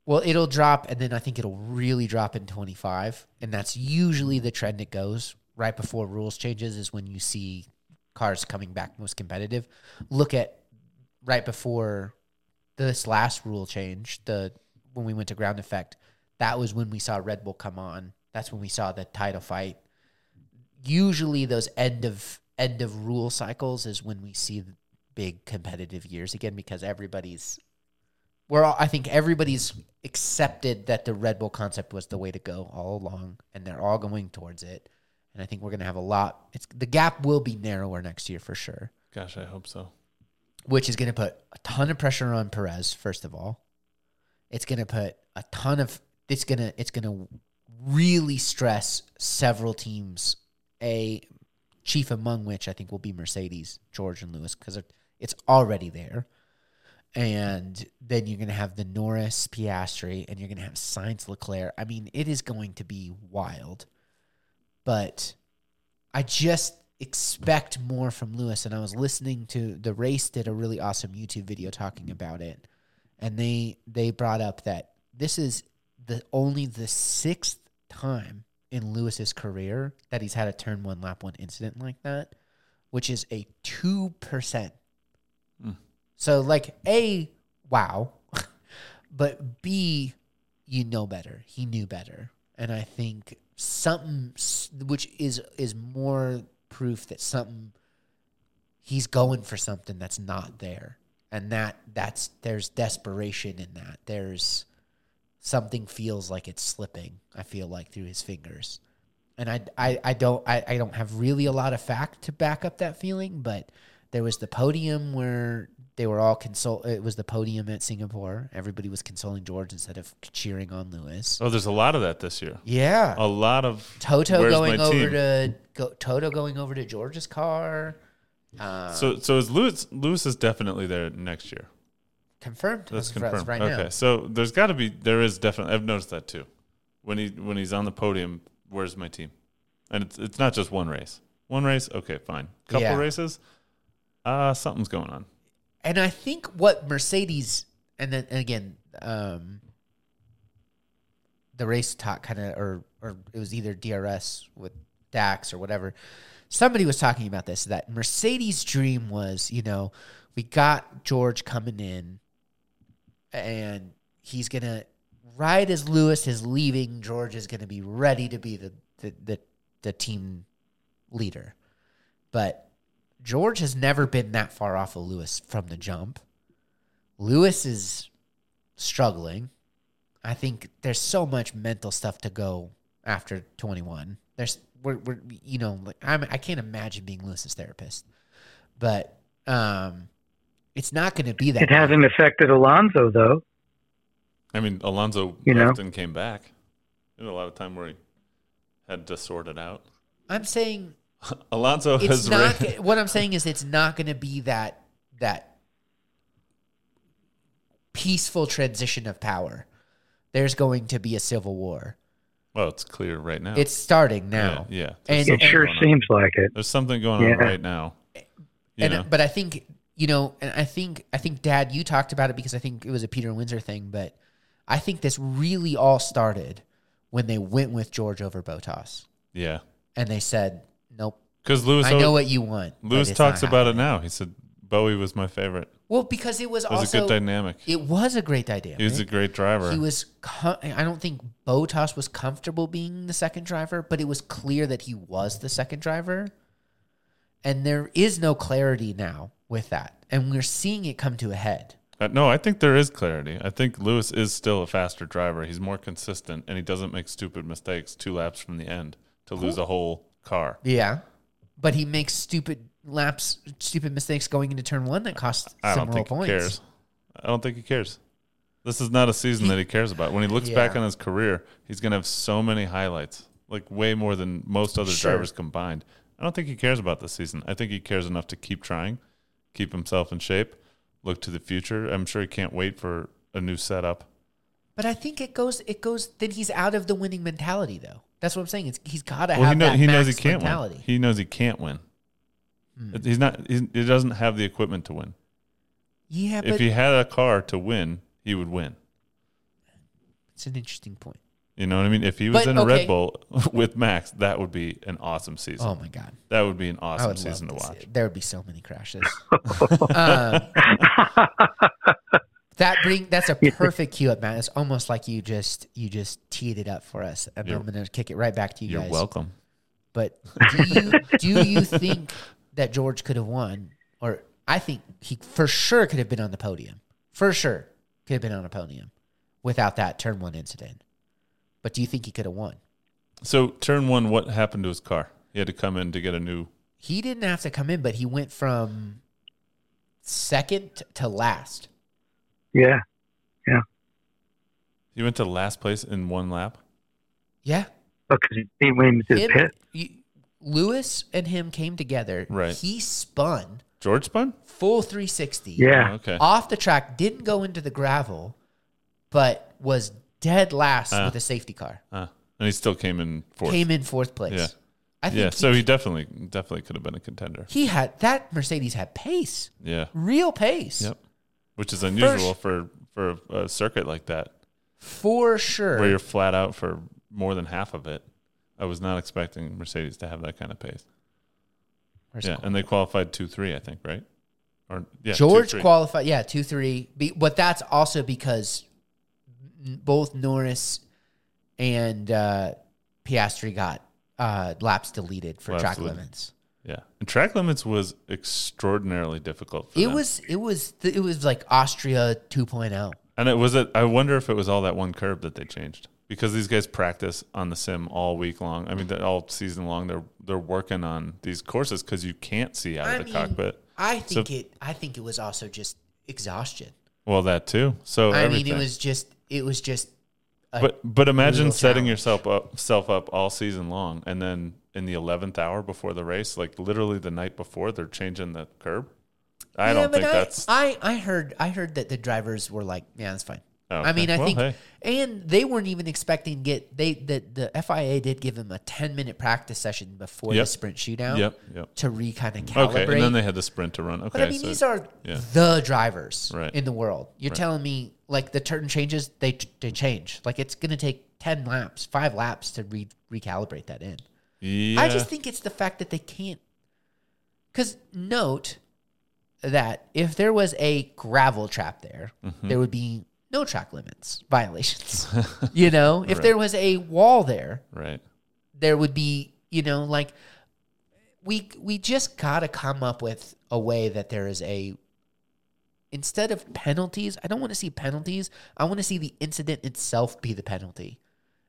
well, it'll drop, and then I think it'll really drop in twenty five, and that's usually the trend it goes right before rules changes is when you see cars coming back most competitive. Look at right before this last rule change, the when we went to ground effect, that was when we saw Red Bull come on. That's when we saw the title fight. Usually, those end of end of rule cycles is when we see the big competitive years again because everybody's we're all, I think everybody's accepted that the Red Bull concept was the way to go all along, and they're all going towards it. And I think we're going to have a lot. It's the gap will be narrower next year for sure
gosh, I hope so.
which is going to put a ton of pressure on Perez. First of all, it's going to put a ton of it's going to it's going to really stress several teams. A chief among which I think will be Mercedes, George, and Lewis because it's already there. And then you're going to have the Norris Piastri, and you're going to have Sainz Leclerc. I mean, it is going to be wild, but. I just expect more from Lewis. And I was listening to the race did a really awesome YouTube video talking about it, and they they brought up that this is the only the sixth time in Lewis's career that he's had a turn one lap one incident like that, which is a two percent. So like a wow, but b you know better. He knew better, and I think something s- which is is more proof that something he's going for something that's not there, and that that's there's desperation in that. There's something feels like it's slipping. I feel like through his fingers, and I I, I don't I, I don't have really a lot of fact to back up that feeling, but there was the podium where they were all consol. It was the podium at Singapore. Everybody was consoling George instead of cheering on Lewis.
Oh, there's a lot of that this year.
Yeah,
A lot of
Toto
"Where's
going
my
over
team?"
to go, Toto going over to George's car. Uh,
So so is Lewis Lewis is definitely there next year.
confirmed.
That's
That's confirmed right
confirmed. okay.
now.
So there's got to be there is definitely I've noticed that too. When he when he's on the podium, where's my team? And it's it's not just one race. One race, okay, fine. Couple
Yeah.
races, uh something's going on.
And I think what Mercedes and then and again, um, the race talk kind of or or it was either DRS with Dax or whatever. Somebody was talking about this that Mercedes' dream was, you know, we got George coming in and he's gonna right as Lewis is leaving, George is going to be ready to be the, the the the team leader. But George has never been that far off of Lewis from the jump. Lewis is struggling. I think there's so much mental stuff to go after 21. There's we're, we're you know like I'm I can't imagine being Lewis's therapist, but um, it's not going to be that.
It hasn't affected Alonso though.
I mean, Alonso
You know?
left and came back. There's a lot of time where he had to sort it out.
I'm saying
Alonso
it's
has
not.
ra-
g- what I'm saying is it's not going to be that that peaceful transition of power. There's going to be a civil war.
well, it's clear right now.
It's starting now.
Yeah, yeah.
And-
something
It sure
going on.
seems like it.
There's something going
Yeah.
on right now. You
and
know?
but I think you know, and I think I think Dad, you talked about it because I think it was a Peter Windsor thing, but I think this really all started when they went with George over Botas,
yeah,
and they said, "Nope,
because Lewis.
I know
always-
what you want." but
Lewis
it's not
talks about
happening."
it now. He said Bowie was my favorite.
Well, because it was,
It was
also
a good dynamic.
it was a great dynamic.
He was a great driver.
He was. Co- I don't think Botas was comfortable being the second driver, but it was clear that he was the second driver, and there is no clarity now with that, and we're seeing it come to a head.
Uh, no, I think there is clarity. I think Lewis is still a faster driver. He's more consistent, and he doesn't make stupid mistakes two laps from the end to lose a whole car.
Yeah, but he makes stupid laps, stupid mistakes going into turn one that cost
I
some
don't
real
think he
points.
cares. I don't think he cares. This is not a season that he cares about. When he looks back
Yeah.
on his career, he's going to have so many highlights, like way more than most other
Sure.
drivers combined. I don't think he cares about this season. I think he cares enough to keep trying, keep himself in shape, look to the future. I'm sure he can't wait for a new setup.
But I think it goes. It goes. Then he's out of the winning mentality, though. That's what I'm saying. It's, he's got to
Well,
have
he, know,
that
he knows he
max
can't
mentality. Hmm.
win. He knows he can't win. It- He's not. He, he doesn't have the equipment to win.
yeah,
if
but
he had a car to win, he would win.
it's an interesting point.
You know what I mean? If he was
But,
in a
okay.
Red Bull with Max, that would be an awesome season.
Oh my god,
That would be an
I
awesome
would love
season to
see
watch.
it. There would be so many crashes. um, that bring that's a perfect cue up, Matt. It's almost like you just you just teed it up for us, and
You're-
I'm going to kick it right back to you
You're
guys.
welcome.
But do you do you think that George could have won? Or I think he for sure could have been on the podium. For sure could have been on a podium without that turn one incident. But do you think he could have won?
So turn one, what happened to his car? He had to come in to get a new.
He didn't have to come in, but he went from second to last.
Yeah.
He went to last place in one lap.
Yeah.
Because Oh, he wins his
Him-
pit.
you- Lewis and him came together.
Right.
He spun
George spun.
full 360.
Oh,
Yeah.
okay.
off the track, didn't go into the gravel, but was dead last
Ah.
with a safety car.
Uh, and he still came in fourth.
Came in fourth place.
Yeah.
I think
yeah.
he,
so he definitely, definitely could have been a contender.
he had that Mercedes had pace,
Yeah.
real pace,
Yep. Which is unusual for for a circuit like that,
for sure.
where you're flat out for more than half of it. I was not expecting Mercedes to have that kind of pace.
Where's
Yeah,
Cole?
and they qualified two three, I think, right? Or yeah,
George
2-3.
qualified, yeah, two three. Be, but that's also because n- both Norris and uh, Piastri got uh, laps deleted for
Laps
track
deleted.
limits.
Yeah, and track limits was extraordinarily difficult. For
It
them.
was it was th- it was like Austria oh. 2.0.
and it was. A, I wonder if it was all that one curb that they changed because these guys practice on the sim all week long. I mean, they're all season long. They're they're working on these courses because you can't see out
I
of the
mean,
cockpit.
I think it. I think it was also just exhaustion.
Well, that too. So
I
everything.
mean, it was just. It was just.
But but imagine
brutal
setting
challenge.
yourself up self up all season long, and then in the eleventh hour before the race, like literally the night before, they're changing the curb. I
Yeah,
don't
but
think
I,
that's
I I heard. I heard that the drivers were like, "Yeah, that's fine."
Oh,
I mean,
okay.
I
Well,
think,
hey.
and they weren't even expecting to get they that the FIA did give them a ten minute practice session before the
Yep.
sprint shootout.
Yep, yep.
To re kind of calibrate.
okay. And then they had the sprint to run. Okay,
But I mean,
so-
these are
yeah.
the drivers
Right.
in the world. You're telling me like the turn changes, they they change. Like it's gonna take ten laps, five laps to re- recalibrate that in.
yeah,
I just think it's the fact that they can't. Because note that if there was a gravel trap there, there would be no track limits violations. you know, if there was a wall there,
Right.
there would be, you know, like we we just got to come up with a way that there is a instead of penalties, I don't want to see penalties. I want to see the incident itself be the penalty.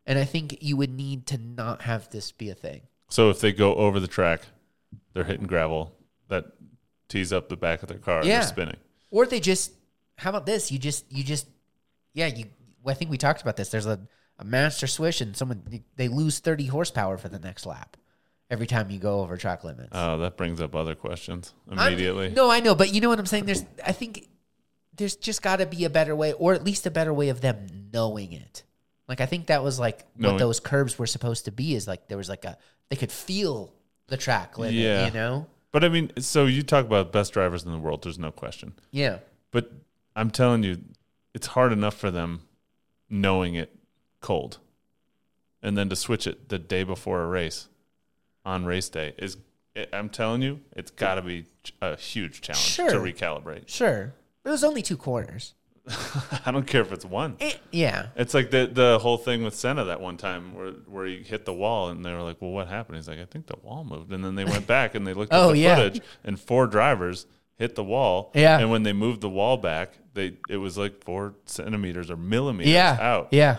And I think you would need to not have this be a thing.
So if they go over the track, they're hitting gravel that tees up the back of their car.
Yeah.
They're spinning.
Or if they just, how about this? You just, you just, yeah, you. I think we talked about this. There's a, a master swish, and someone they lose 30 horsepower for the next lap every time you go over track limits.
Oh, that brings up other questions
I'm-
immediately.
no, I know, but you know what I'm saying. There's, I think, there's just got to be a better way, or at least a better way of them knowing it. Like I think that was like
Knowing-
what those curbs were supposed to be. Is like there was like a they could feel the track limit.
Yeah.
You know.
But I mean, so you talk about best drivers in the world. There's no question.
Yeah.
But I'm telling you, it's hard enough for them knowing it cold. And then to switch it the day before a race on race day is, I'm telling you, it's got to be a huge challenge
Sure.
to recalibrate.
Sure. It was only two corners.
I don't care if it's one.
Eh, yeah.
It's like the the whole thing with Senna that one time where where he hit the wall and they were like, "Well, what happened?" He's like, "I think the wall moved." And then they went back and they looked at
Oh,
the
yeah.
footage, and four drivers hit the wall.
Yeah.
And when they moved the wall back, they it was like four centimeters or millimeters
yeah
out.
yeah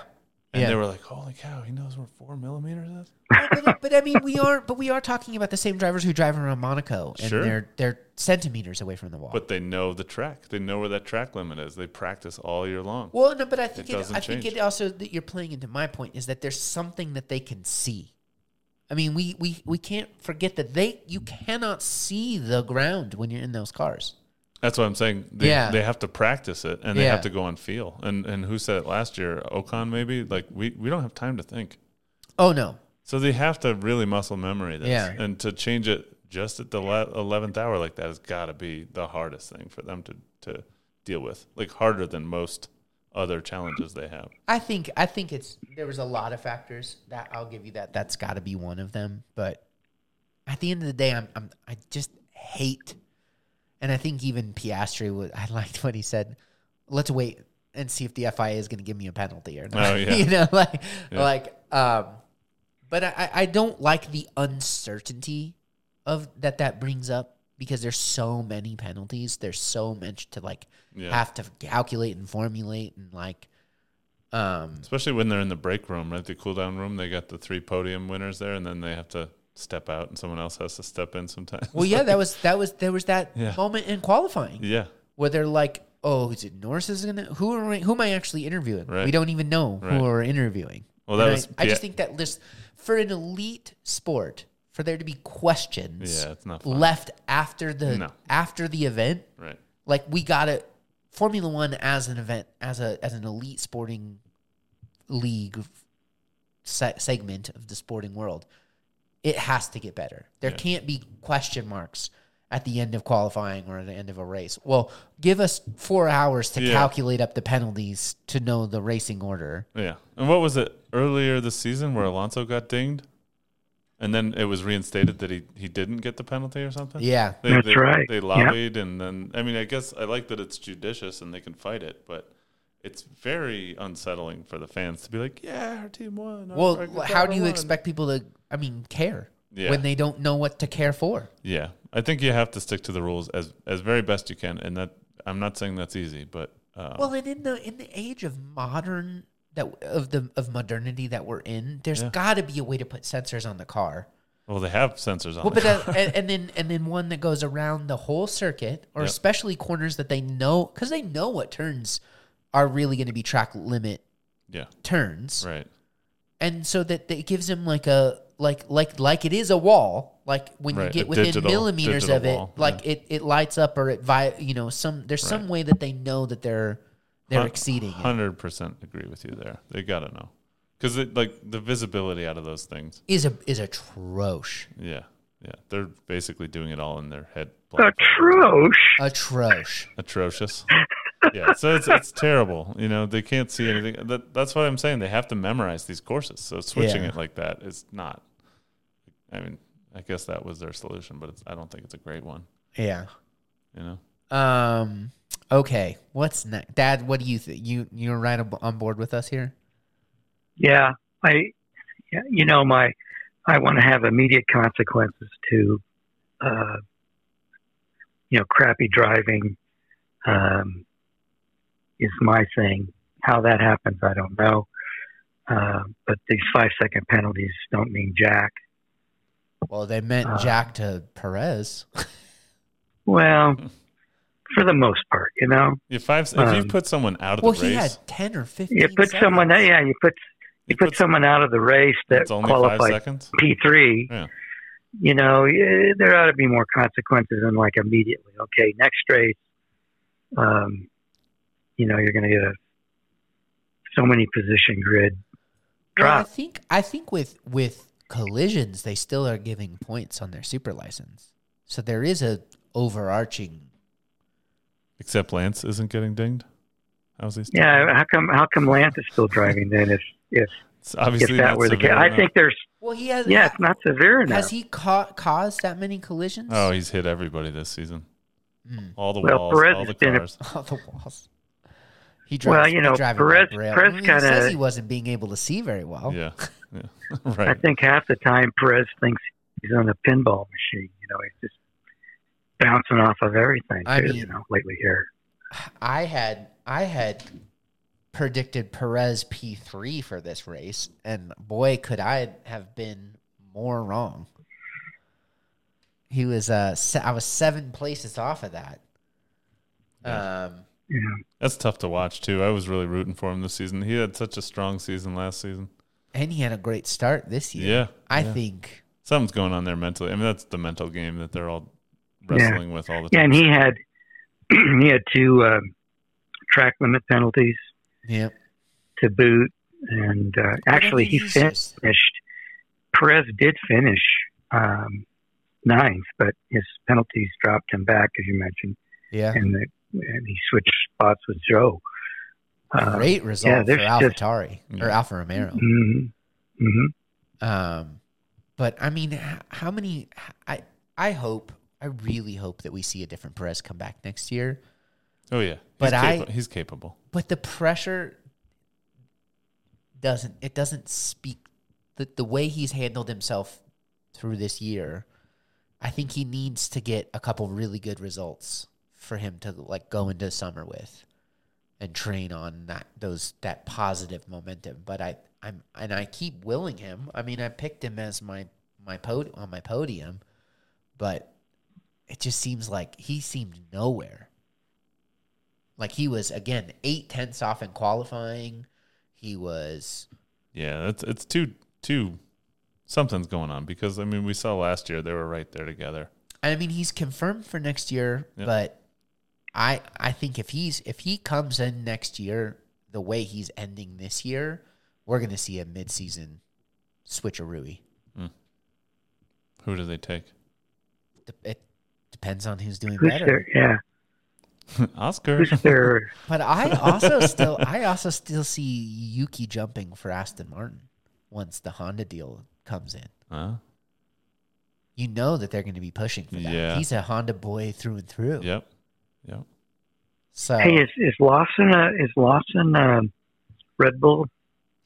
And
yeah.
they were like, "Holy cow! He knows where four millimeters is."
Well, but, but i mean we are but we are talking about the same drivers who drive around monaco and
Sure.
they're they're centimeters away from the wall
But they know the track. They know where that track limit is. They practice all year long.
well no but i think
It
it
doesn't
i think
change.
it also that you're playing into my point is that there's something that they can see i mean we we we can't forget that they you cannot see the ground when you're in those cars
That's what I'm saying. They,
Yeah.
they have to practice it and they
Yeah.
have to go on feel. And and who said it last year? Ocon maybe? Like we, we don't have time to think.
oh no
So they have to really muscle memory this,
Yeah.
and to change it just at the eleventh hour like that has got to be the hardest thing for them to to deal with, like harder than most other challenges they have.
I think I think it's there was a lot of factors that I'll give you that that's got to be one of them. But at the end of the day, I'm, I'm I just hate, and I think even Piastri was. I liked what he said. Let's wait and see if the FIA is going to give me a penalty or not.
Oh, yeah.
you know, like
Yeah.
like um, but I I- I don't like the uncertainty of that that brings up because there's so many penalties. There's so much to like
Yeah.
have to calculate and formulate and like. Um,
Especially when they're in the break room, right? The cool down room. They got the three podium winners there, and then they have to step out, and someone else has to step in sometimes.
well, yeah, that was that was there was that
Yeah.
moment in qualifying
yeah,
where they're like, "Oh, is it Norris is gonna who are we- who am I actually interviewing?
Right.
We don't even know
Right.
who we're interviewing."
Well, that
And I-
was-
I, just
yeah.
think that list for an elite sport for there to be questions
Yeah, it's not fun.
left after the
No.
after the event
right.
like we got to Formula One as an event, as a as an elite sporting league se- segment of the sporting world, it has to get better. There
Yeah.
can't be question marks at the end of qualifying or at the end of a race. Well, give us four hours to
Yeah.
calculate up the penalties to know the racing order.
Yeah. And what was it earlier this season where Alonso got dinged? And then it was reinstated that he, he didn't get the penalty or something?
Yeah.
They,
That's
they,
right.
They
Yeah.
lobbied, and then, I mean, I guess I like that it's judicious and they can fight it, but it's very unsettling for the fans to be like, yeah, our team won. our
Well,
record
how do
driver
you
won."
expect people to? I mean, care
Yeah.
when they don't know what to care for?
Yeah. I think you have to stick to the rules as, as very best you can. And that I'm not saying that's easy, but uh,
Well, and in the in the age of modern that of the of modernity that we're in, there's
Yeah.
got to be a way to put sensors on the car.
well, they have sensors on
Well,
the
but uh, and, and then and then one that goes around the whole circuit, or
Yep.
especially corners that they know because they know what turns are really going to be track limit
Yeah.
turns,
Right.
and so that, that it gives them like a like like like it is a wall. Like when you
Right,
get
a
within
digital-
millimeters
digital
of it,
wall,
like it it lights up or it vi you know some there's some way that they know that they're they're exceeding. it.
Hundred percent agree with you there. They gotta know because like the visibility out of those things.
is a is atrosh.
Yeah, yeah. They're basically doing it all in their head.
Atrosh.
Atrosh.
Atrocious. yeah. So it's it's terrible. You know they can't see anything. That, that's what I'm saying. They have to memorize these courses. So switching
Yeah.
it like that is not. I mean, I guess that was their solution, but it's, I don't think it's a great one.
Yeah.
You know.
Um. Okay. What's next, Dad? What do you think? You you're right ab- on board with us here.
Yeah, I, yeah, you know, my, I want to have immediate consequences to, uh, you know, crappy driving, um, is my thing. How that happens, I don't know. Uh, but these five second penalties don't mean jack.
Well, they meant
Uh,
Jack to Perez.
Well, for the most part, you know,
If five, if you
Um,
put someone out of
well,
the
he
race,
had ten or fifteen.
you put
seconds.
someone, yeah, you put you put someone out of the race that
it's only five
qualified
seconds.
P three.
Yeah.
You know, eh, there ought to be more consequences than like immediately. Okay, next race, um, you know, you're going to get a so many position grid
Well, I
drop.
think I think with with collisions, they still are giving points on their super license. So there is a overarching.
Except Lance isn't getting dinged. How's he? Still
Yeah, how come how come Lance is still driving then? If if
It's obviously
if that
not
were the case,
severe
I
enough.
think there's
Well, he has.
yeah, it's not severe enough.
Has he ca- caused that many collisions?
Oh, he's hit everybody this season.
Mm.
All the
Well,
walls,
Perez
all the
has been a-
cars.
on the walls. He
Well,
drives.
you know,
driving
Perez-
like rail.
Perez
he says
kinda-
he wasn't being able to see very well.
Yeah, yeah.
Oh. I
right.
think half the time Perez thinks he's on a pinball machine. You know, he's just bouncing off of everything.
I
too,
mean-
you know, lately here.
I had I had predicted Perez P three for this race, and boy, could I have been more wrong. He was uh, se- I was seven places off of that. Um,
You know,
That's tough to watch too. I was really rooting for him this season. He had such a strong season last season.
and he had a great start this year.
Yeah,
I
yeah.
think
something's going on there mentally. I mean, that's the mental game that they're all wrestling with all the
Yeah,
time.
and he had he had two um, track limit penalties
yeah.
to boot, and uh, actually he
he's
finished.
just-
Perez did finish um, ninth, but his penalties dropped him back, as you mentioned,
Yeah,
and, the, and he switched spots with Joe. Uh,
great result for
there's just-
AlphaTauri or
Yeah.
Alfa Romero.
hmm hmm
Um, but I mean, h- how many? I I hope, I really hope that we see a different Perez come back next year.
Oh yeah, he's
But I-
capa- he's capable.
But the pressure doesn't. It doesn't speak the the way he's handled himself through this year. I think he needs to get a couple really good results for him to like go into summer with and train on that those that positive momentum. But I I'm and I keep willing him. I mean, I picked him as my my pod on my podium, but it just seems like he seemed nowhere. Like he was again eight tenths off in qualifying. He was
Yeah, it's it's too too something's going on because I mean we saw last year they were right there together.
I mean, he's confirmed for next year,
Yeah.
but I I think if he's if he comes in next year the way he's ending this year, we're going to see a midseason switcheroo.
Who do they take?
It depends on who's doing
Who's
better.
their yeah?
Oscar.
Who's their
But I also still I also still see Yuki jumping for Aston Martin once the Honda deal comes in.
Huh?
You know that they're going to be pushing for that.
Yeah.
He's a Honda boy through and through.
Yep. Yep.
So
hey? Is is Lawson a, is Lawson um Red Bull?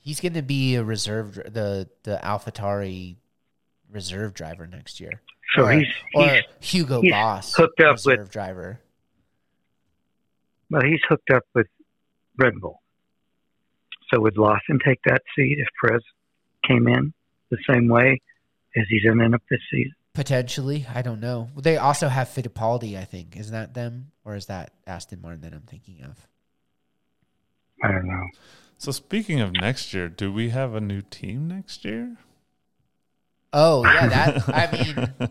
He's going to be a reserve, dr- the the AlphaTauri reserve driver next year,
So
Or-
he's
or
he's
Hugo
he's
Boss
hooked up with-
reserve driver.
Well, he's hooked up with Red Bull. So would Lawson take that seat if Perez came in the same way as he's ending up this season?
Potentially, I don't know. They also have Fittipaldi. I think is that them or is that Aston Martin that I'm thinking of?
I don't know.
So speaking of next year, do we have a new team next year?
Oh yeah, that. I mean,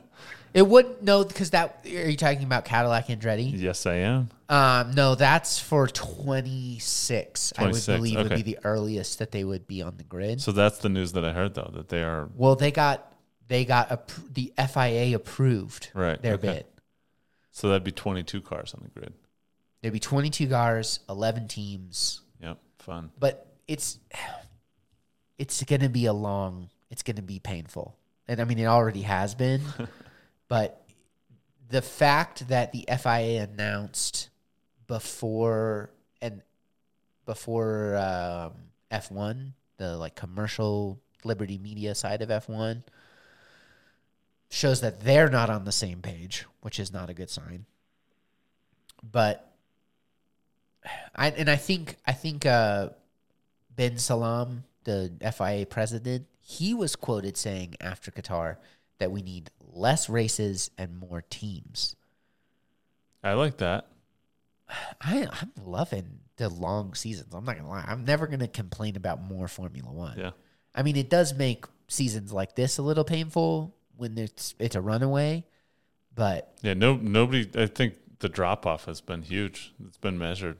it wouldn't no because that. Are you talking about Cadillac Andretti?
yes, I am.
Um, no, that's for 26. I would
26,
believe would
okay.
be the earliest that they would be on the grid.
So that's the news that I heard though that they are
Well, they got they got appro- the FIA approved
Right,
their
okay.
bid.
so that'd be 22 cars on the grid.
There'd be 22 cars, 11 teams,
Yep. Fun.
but it's it's going to be a long, it's going to be painful. And I mean it already has been, but the fact that the FIA announced before and before um, F1, the like commercial Liberty Media side of F1, shows that they're not on the same page, which is not a good sign. But I and I think I think uh, Ben Salam, the FIA president, he was quoted saying after Qatar that we need less races and more teams.
I like that.
I, I'm loving the long seasons. I'm not gonna lie. I'm never gonna complain about more Formula One.
Yeah.
I mean, it does make seasons like this a little painful when it's it's a runaway, but
Yeah, no nobody I think the drop off has been huge. It's been measured.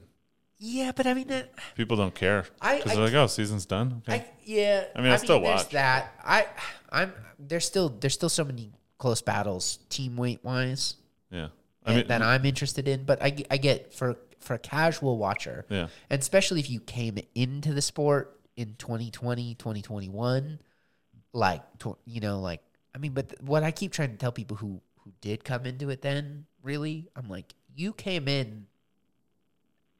yeah. But I mean, that,
People don't care.
I-
Because
I-
they're like, oh, season's done. Okay.
I yeah.
I mean, I still
there's
watch.
that. I I'm there's still there's still so many close battles team weight wise
yeah. I
I
mean,
that I'm interested in. But I g- I get for for a casual watcher,
yeah.
and especially if you came into the sport in 2020 2021 like tw- you know like i mean but th- what i keep trying to tell people who who did come into it then really i'm like you came in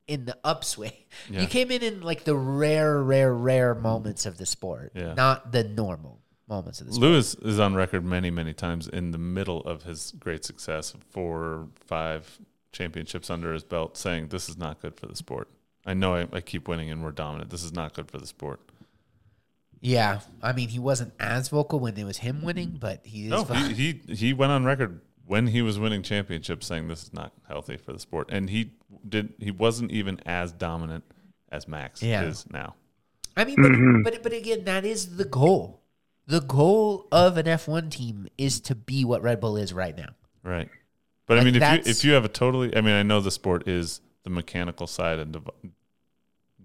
in the upswing
Yeah.
you came in in like the rare rare rare moments of the sport
Yeah.
not the normal moments of the sport
Lewis is on record many, many times in the middle of his great success, four, five championships under his belt, saying, This is not good for the sport. I know I, I keep winning and we're dominant. This is not good for the sport.
yeah i mean he wasn't as vocal when it was him winning but he is
No,
vo-
he, he, he went on record when he was winning championships saying this is not healthy for the sport. And he did he wasn't even as dominant as Max
Yeah.
is now.
I mean, but, but but again, that is the goal. The goal of an F1 team is to be what Red Bull is right now.
Right. But I
Like,
mean, if you
that's-
if you have a totally, I mean, I know the sport is the mechanical side and div-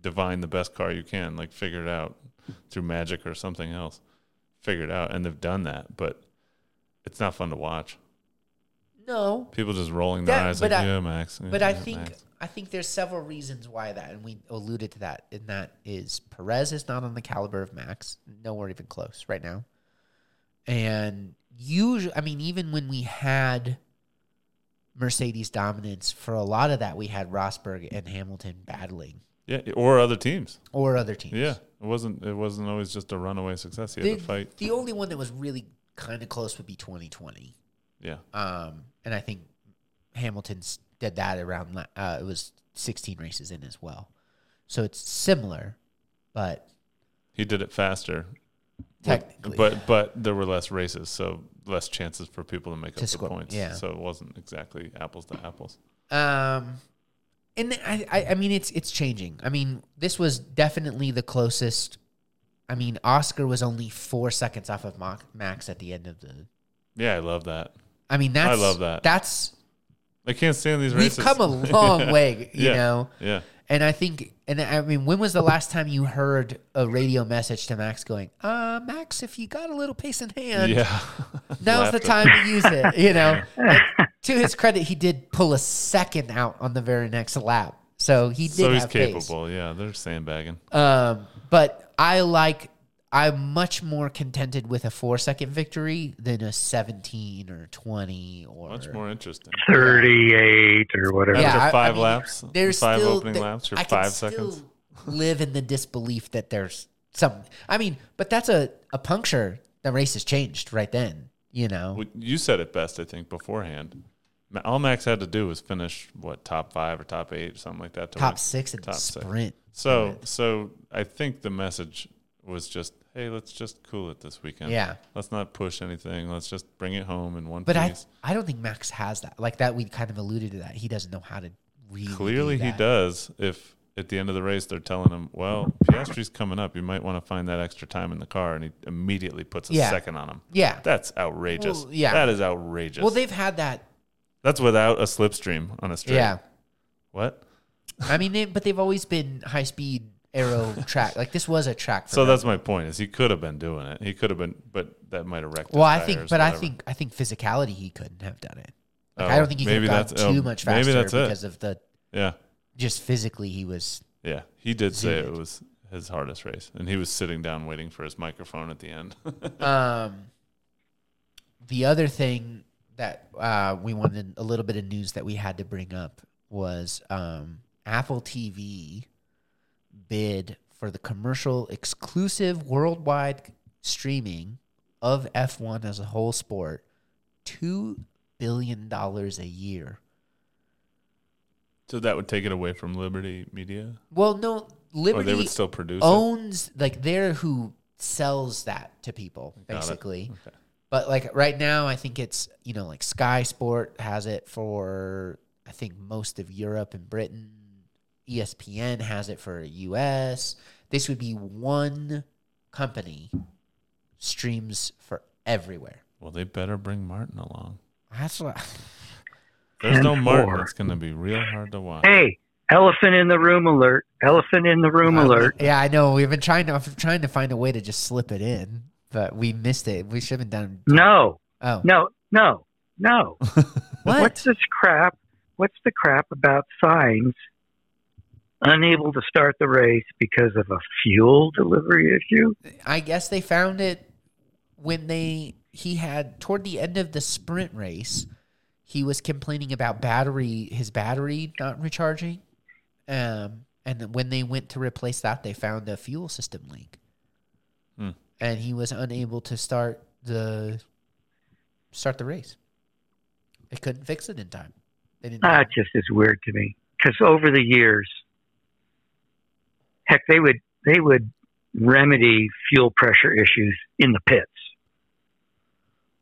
divine the best car you can, like figure it out through magic or something else, figure it out, and they've done that. But it's not fun to watch.
No,
People just rolling their
That-
eyes
but
like,
I-
yeah, Max.
but
yeah,
I think
Max."
I think there's several reasons why that, and we alluded to that. And that is Perez is not on the caliber of Max, nowhere even close right now. And usually, I mean, even when we had Mercedes dominance, for a lot of that, we had Rosberg and Hamilton battling
yeah, or other teams.
or other teams.
Yeah, it wasn't it wasn't always just a runaway success. He
the,
had to fight.
the only one that was really kind of close would be 2020.
Yeah,
Um, and I think Hamilton's did that around. la- Uh, it was 16 races in as well, so it's similar, but
he did it faster,
technically,
but but there were less races, so less chances for people to make
To
up
score,
the points.
yeah.
so it wasn't exactly apples to apples.
um, and I, I, I mean, it's it's changing. I mean, this was definitely the closest. I mean, Oscar was only four seconds off of Ma- Max at the end of the.
Yeah, I love that.
I mean, that's
love that.
That's
I can't stand these
we've
races.
come a long
Yeah.
way, you
Yeah.
know.
Yeah,
And I think, and I mean, when was the last time you heard a radio message to Max going, uh, Max, if you got a little pace in hand,
yeah.
now's the
Laughter.
time to use it, you know? And to his credit, he did pull a second out on the very next lap. So he did
So he's
have pace.
capable. Yeah, they're sandbagging.
Um, but I like, I'm much more contented with a four second victory than a 17 or 20 or.
Much more interesting.
38 or whatever.
Yeah. After
I- I
five
mean,
laps,
there's
five
still-
opening
there-
laps, or
I can
five
still
seconds.
live in the disbelief that there's some. I mean, but that's a a puncture. The race has changed right then. You know,
Well, You said it best, I think, beforehand. Ma- All Max had to do was finish what top five or top eight, or something like that. To win.
top six and
top six.
sprint.
So, so I think the message was just, hey, let's just cool it this weekend.
Yeah.
Let's not push anything. Let's just bring it home in one
But I
piece.
I don't think Max has that. Like that, we kind of alluded to that. He doesn't know how to. Really
Clearly,
do
he
that.
does. If at the end of the race they're telling him, "Well, Piastri's coming up. You might want to find that extra time in the car," and he immediately puts a
Yeah.
second on him.
Yeah.
That's outrageous.
Well, yeah.
that is outrageous.
Well, they've had that.
That's without a slipstream on a straight.
Yeah.
What?
I mean, they, but they've always been high speed aero track. Like this was a track. For
So
them.
that's my point. Is he could have been doing it. He could have been, but that might have wrecked. his
Well, I
tires,
think, but I
whatever.
think I think physicality he couldn't have done it. Like,
Oh,
I don't think he could
maybe
have
that's-
gone too
oh,
much
maybe
faster
that's it.
because of the
Yeah.
just physically he was.
Yeah, he did say it
Zooted.
was his hardest race, and he was sitting down waiting for his microphone at the end.
Um, the other thing that uh, we wanted a little bit of news that we had to bring up was um, Apple TV bid for the commercial exclusive worldwide streaming of F1 as a whole sport $2 billion a year.
So that would take it away from Liberty Media,
Well, no,
or
Liberty
Oh, they would still produce
owns, like, they're who sells that to people,
it. Got it.
basically.
Okay.
But like right now, I think it's you know like Sky Sport has it for I think most of Europe and Britain. E ESPN has it for U.S. This would be one company streams for everywhere.
Well, they better bring Martin along.
That's what.
There's no
And
Martin.
four.
It's going to be real hard to watch.
Hey, elephant in the room alert! Elephant in the room alert!
Yeah, I know. We've been trying to trying to find a way to just slip it in, but we missed it. We should have done.
No,
Oh,
no, no, no.
what?
What's this crap? What's the crap about signs unable to start the race because of a fuel delivery issue?
I guess they found it when they he had toward the end of the sprint race, he was complaining about battery his battery not recharging. Um and then when they went to replace that, they found a fuel system leak.
Hmm.
And he was unable to start the start the race. They couldn't fix it in time. They didn't
That Ah, just is weird to me. Because over the years, heck, they would they would remedy fuel pressure issues in the pits.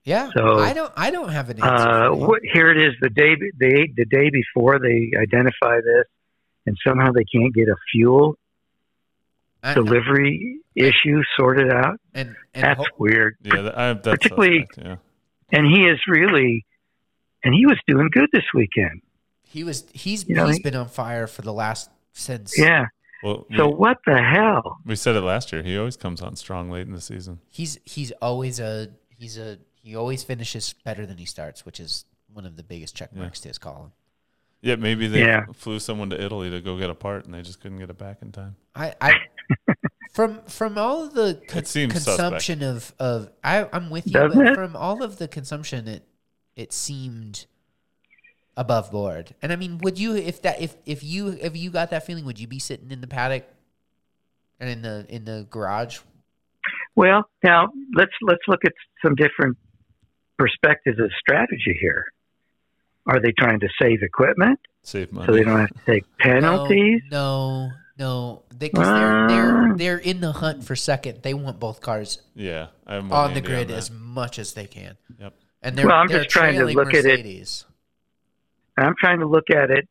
Yeah.
so,
I don't I don't have an answer.
Uh,
for you.
what, here it is the day be- they, the day before they identify this, and somehow they can't get a fuel
I-
delivery issue sorted out.
and, and
That's
ho-
weird.
Yeah, that, I, that's
Particularly-
suspect, yeah.
and he is really and he was doing good this weekend
He was he's
You know,
he's
he-
been on fire for the last since
yeah
Well,
so
we,
what the hell
we said it last year. He always comes on strong late in the season.
he's he's always a he's a he always finishes better than he starts, which is one of the biggest check
Yeah.
marks to his column.
Yeah, maybe they
Yeah.
flew someone to Italy to go get a part, and they just couldn't get it back in time.
I, I from from all of the con-
It seems
consumption of of I, I'm with you,
Doesn't
but
it?
from all of the consumption, it it seemed above board. And I mean, would you if that if if you if you got that feeling, would you be sitting in the paddock and in the in the garage?
well now let's let's look at some different perspectives of strategy here are they trying to save equipment
Save money.
so they don't have to take penalties Ah.
No, no, they, cause they're they're they're in the hunt for second. They want both cars
yeah, I'm with
on the
Andy
grid
that.
as much as they can.
Yep.
And they're
Well, I'm
they're
just trying to
trailing
look at it-
Mercedes.
and i'm trying to look at it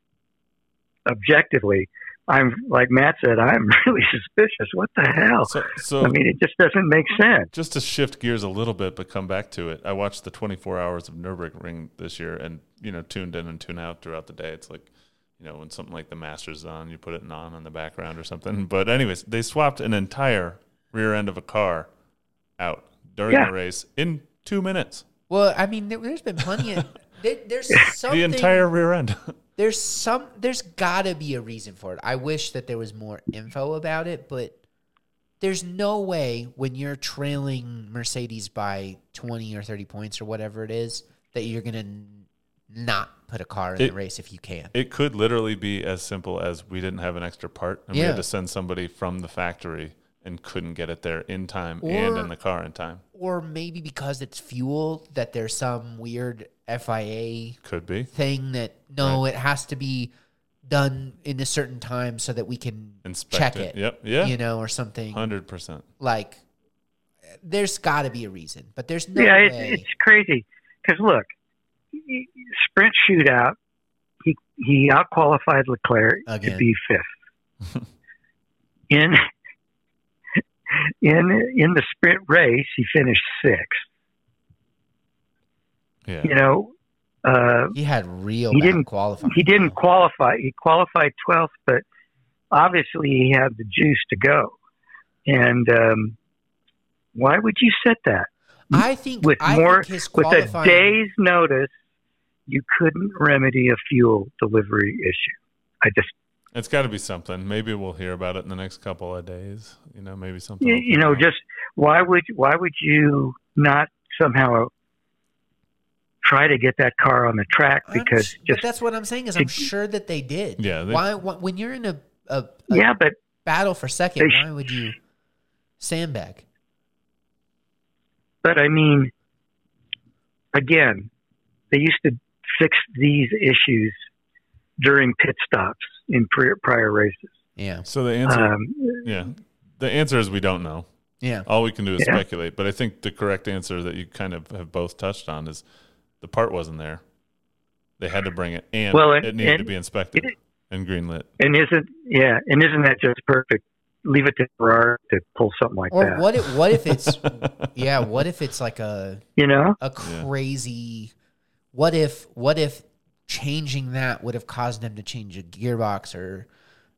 objectively i'm like matt said i'm really suspicious what the hell
So, so
i mean it just doesn't make sense
just to shift gears a little bit, but come back to it. I watched the 24 hours of Nurburgring this year, and you know, tuned in and tuned out throughout the day. It's like, you know, when something like the Masters is on, you put it in on in the background or
Mm-hmm.
something. But anyways, they swapped an entire rear end of a car out during
Yeah.
the race in two minutes.
Well, I mean, there, there's been plenty of there, there's something.
The entire rear end.
there's some. There's gotta be a reason for it. I wish that there was more info about it, but there's no way when you're trailing Mercedes by 20 or 30 points or whatever it is that you're gonna n- not put a car in
It-
the race if you can.
It could literally be as simple as we didn't have an extra part and we
Yeah.
had to send somebody from the factory and couldn't get it there in time and
Or-
in the car in time.
or maybe because it's fuel that there's some weird FIA
Could be.
thing that no, it has to be done in a certain time so that we can
Inspect
check it.
it. Yep. Yeah.
You know, or something
100%.
like. There's got to be a reason, but there's no
yeah,
way.
it's, it's crazy. Because look, sprint shootout, he he outqualified Leclerc
Again.
to be fifth. in in in the sprint race, he finished sixth.
Yeah.
You know, uh,
he had real.
He
bad
didn't-
qualify.
he didn't qualify. He qualified twelfth, but obviously he had the juice to go. And um, why would you set that?
I think
with
I
more
think his
with a
qualifying.
day's notice you couldn't remedy a fuel delivery issue i just
It's got to be something. Maybe we'll hear about it in the next couple of days. You know, maybe something.
you,
will
you
come
know
out.
just why would why would you not somehow try to get that car on the track
I'm
because
sh- but
just
that's what I'm saying is I'm sure that they did.
Yeah, they-
why, why? When you're in a, a, a
yeah, but
battle for second,
They sh-
why would you sandbag?
but I mean, again, they used to fix these issues during pit stops in prior, prior races.
Yeah.
So the answer,
Um,
yeah, the answer is we don't know.
Yeah.
All we can do is
Yeah.
speculate. But I think the correct answer that you kind of have both touched on is the part wasn't there. They had to bring it, and
Well,
it,
and-
needed to
and-
be inspected and greenlit.
and isn't yeah, and isn't that just perfect? Leave it to Ferrari to pull something like
Or
that.
what? If, what if it's? yeah. What if it's like a
You know?
a crazy? What if? What if changing that would have caused them to change a gearbox or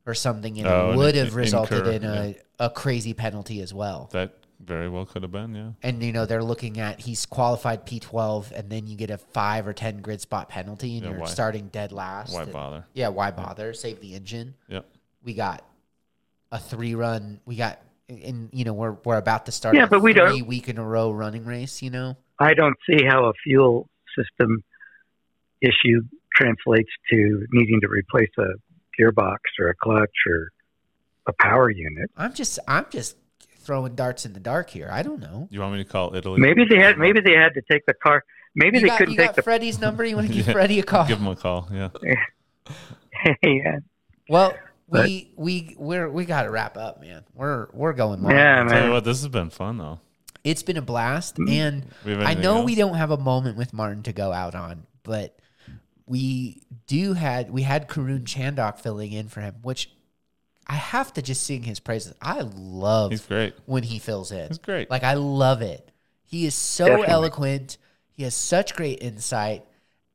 or something, and
Oh,
it
and
would
it-
have resulted
incur,
in a, a crazy penalty as well.
That very well could have been, yeah.
And you know they're looking at he's qualified P twelve, and then you get a five or ten grid spot penalty, and
Yeah,
you're
why-
starting dead last.
Why
And-
bother?
Yeah, why bother? Save the engine.
Yep.
we got a three run we got and you know we're we're about to start
Yeah,
a
but we don't-
three week in a row running race you know
I don't see how a fuel system issue translates to needing to replace a gearbox or a clutch or a power unit.
i'm just i'm just throwing darts in the dark here i don't know
You want me to call Italy?
Maybe they had maybe they had to take the car maybe
you
they
got,
couldn't
you
take
got
the
freddie's number you want to give
Yeah.
freddie a call
Give them a call, yeah.
yeah.
well we we we're we gotta wrap up man we're we're going long.
Yeah,
Tell you
man.
what, this has been fun, though.
it's been a blast and
Mm-hmm. We have
i
anything
know we
else?
don't have a moment with martin to go out on but we do had we had karun chandok filling in for him which i have to just sing his praises i love
He's great.
when he fills in
He's great.
like i love it he is so
Definitely.
eloquent he has such great insight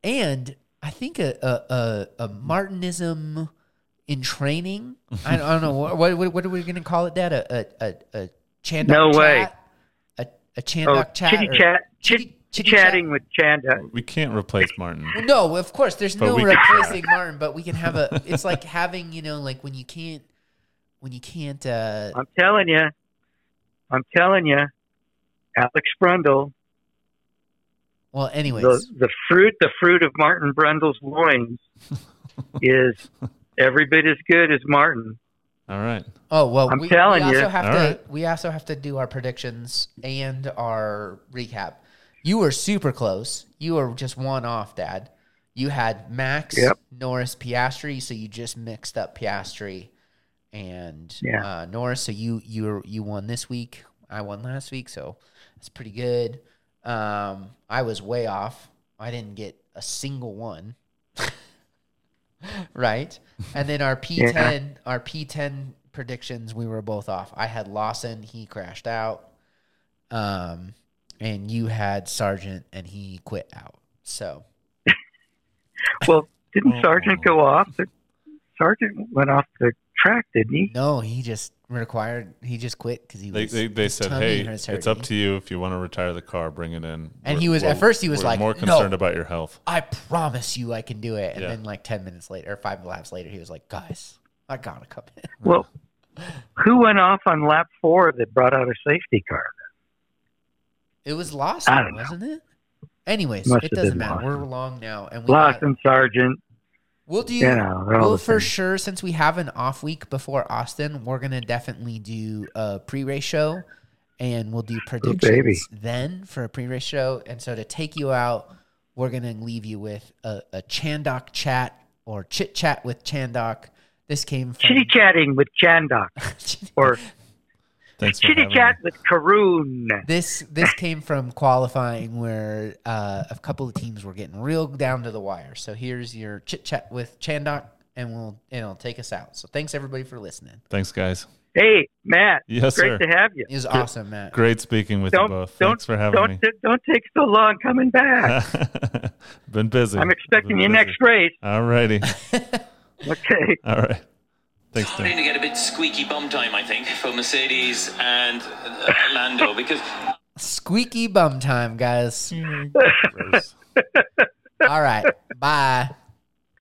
and i think a a, a, a martinism in training I, don't- I don't know what what, what are we going to call it that a a a, a Chandok
No
chat?
way.
a a Chandok
Oh,
chat.
chitty
or-
chat, chit
chitty- chitty chat.
chatting with Chanda.
We can't replace Martin.
Well, No, of course, there's
But
no
we can chat.
replacing Martin, but we can have a. It's like having you know, like when you can't, when you can't. uh
I'm telling you, I'm telling you, Alex Brundle,
Well, anyways,
the the fruit the fruit of Martin Brundle's loins is every bit as good as Martin.
All right.
oh well,
I'm
we,
telling
we also
you.
have
All
to.
right.
We also have to do our predictions and our recap. You were super close. You were just one off, Dad. You had Max
Yep.
Norris Piastri, so you just mixed up Piastri and
Yeah.
uh, Norris. So you you were- you won this week. I won last week, so that's pretty good. Um, I was way off. I didn't get a single one. right, and then our P ten our P ten predictions we were both off. I had Lawson, he crashed out, um, and you had Sargent, and he quit out. So
Well,
Oh.
didn't Sergeant go off? The, Sergeant went off the track, didn't he?
No, he just required. He just quit because he
They,
was.
they, they
his
said,
tummy
hey,
hurts
it's up
hurting."
to you if you want to retire the car, bring it in.
And
We're-
he was- at
we're-
first he was
we're
like,
more
"No."
concerned about your health.
I promise you, I can do it. And
Yeah.
then, like ten minutes later, or five laps later, he was like, "Guys, I gotta come in."
Well, who went off on lap four that brought out a safety car?
It was lost,
I don't know.
wasn't it? Anyways,
Must
it
have
doesn't
been
matter.
Lawson.
We're long now, and we got,
Lawson Sergeant,
we'll do.
you know, they're all
Well,
the
for
same.
sure, since we have an off week before Austin, we're gonna definitely do a pre-race show, and we'll do predictions
baby.
then for a pre-race show. And so to take you out, we're gonna leave you with a, a Chandok chat or chit chat with Chandok. This came from
Chitty chatting with Chandok or
Thanks for
chitty
having
chat
me.
with Karoon.
This this came from qualifying where uh, a couple of teams were getting real down to the wire. So here's your chit chat with Chandok, and we'll and it'll take us out. So thanks everybody for listening.
Thanks, guys.
Hey, Matt,
Yes,
great
sir.
to have you.
It was awesome, Matt.
Great speaking with you
Don't
both.
don't
Thanks for having
don't
me.
t- don't take so long coming back.
Been busy.
I'm expecting
Been
you
busy.
next race.
All righty.
Okay.
All right. Thanks, Tim.
Starting to get a bit squeaky bum time, I think, for Mercedes and uh, Lando because
Squeaky bum time, guys. All right. Bye.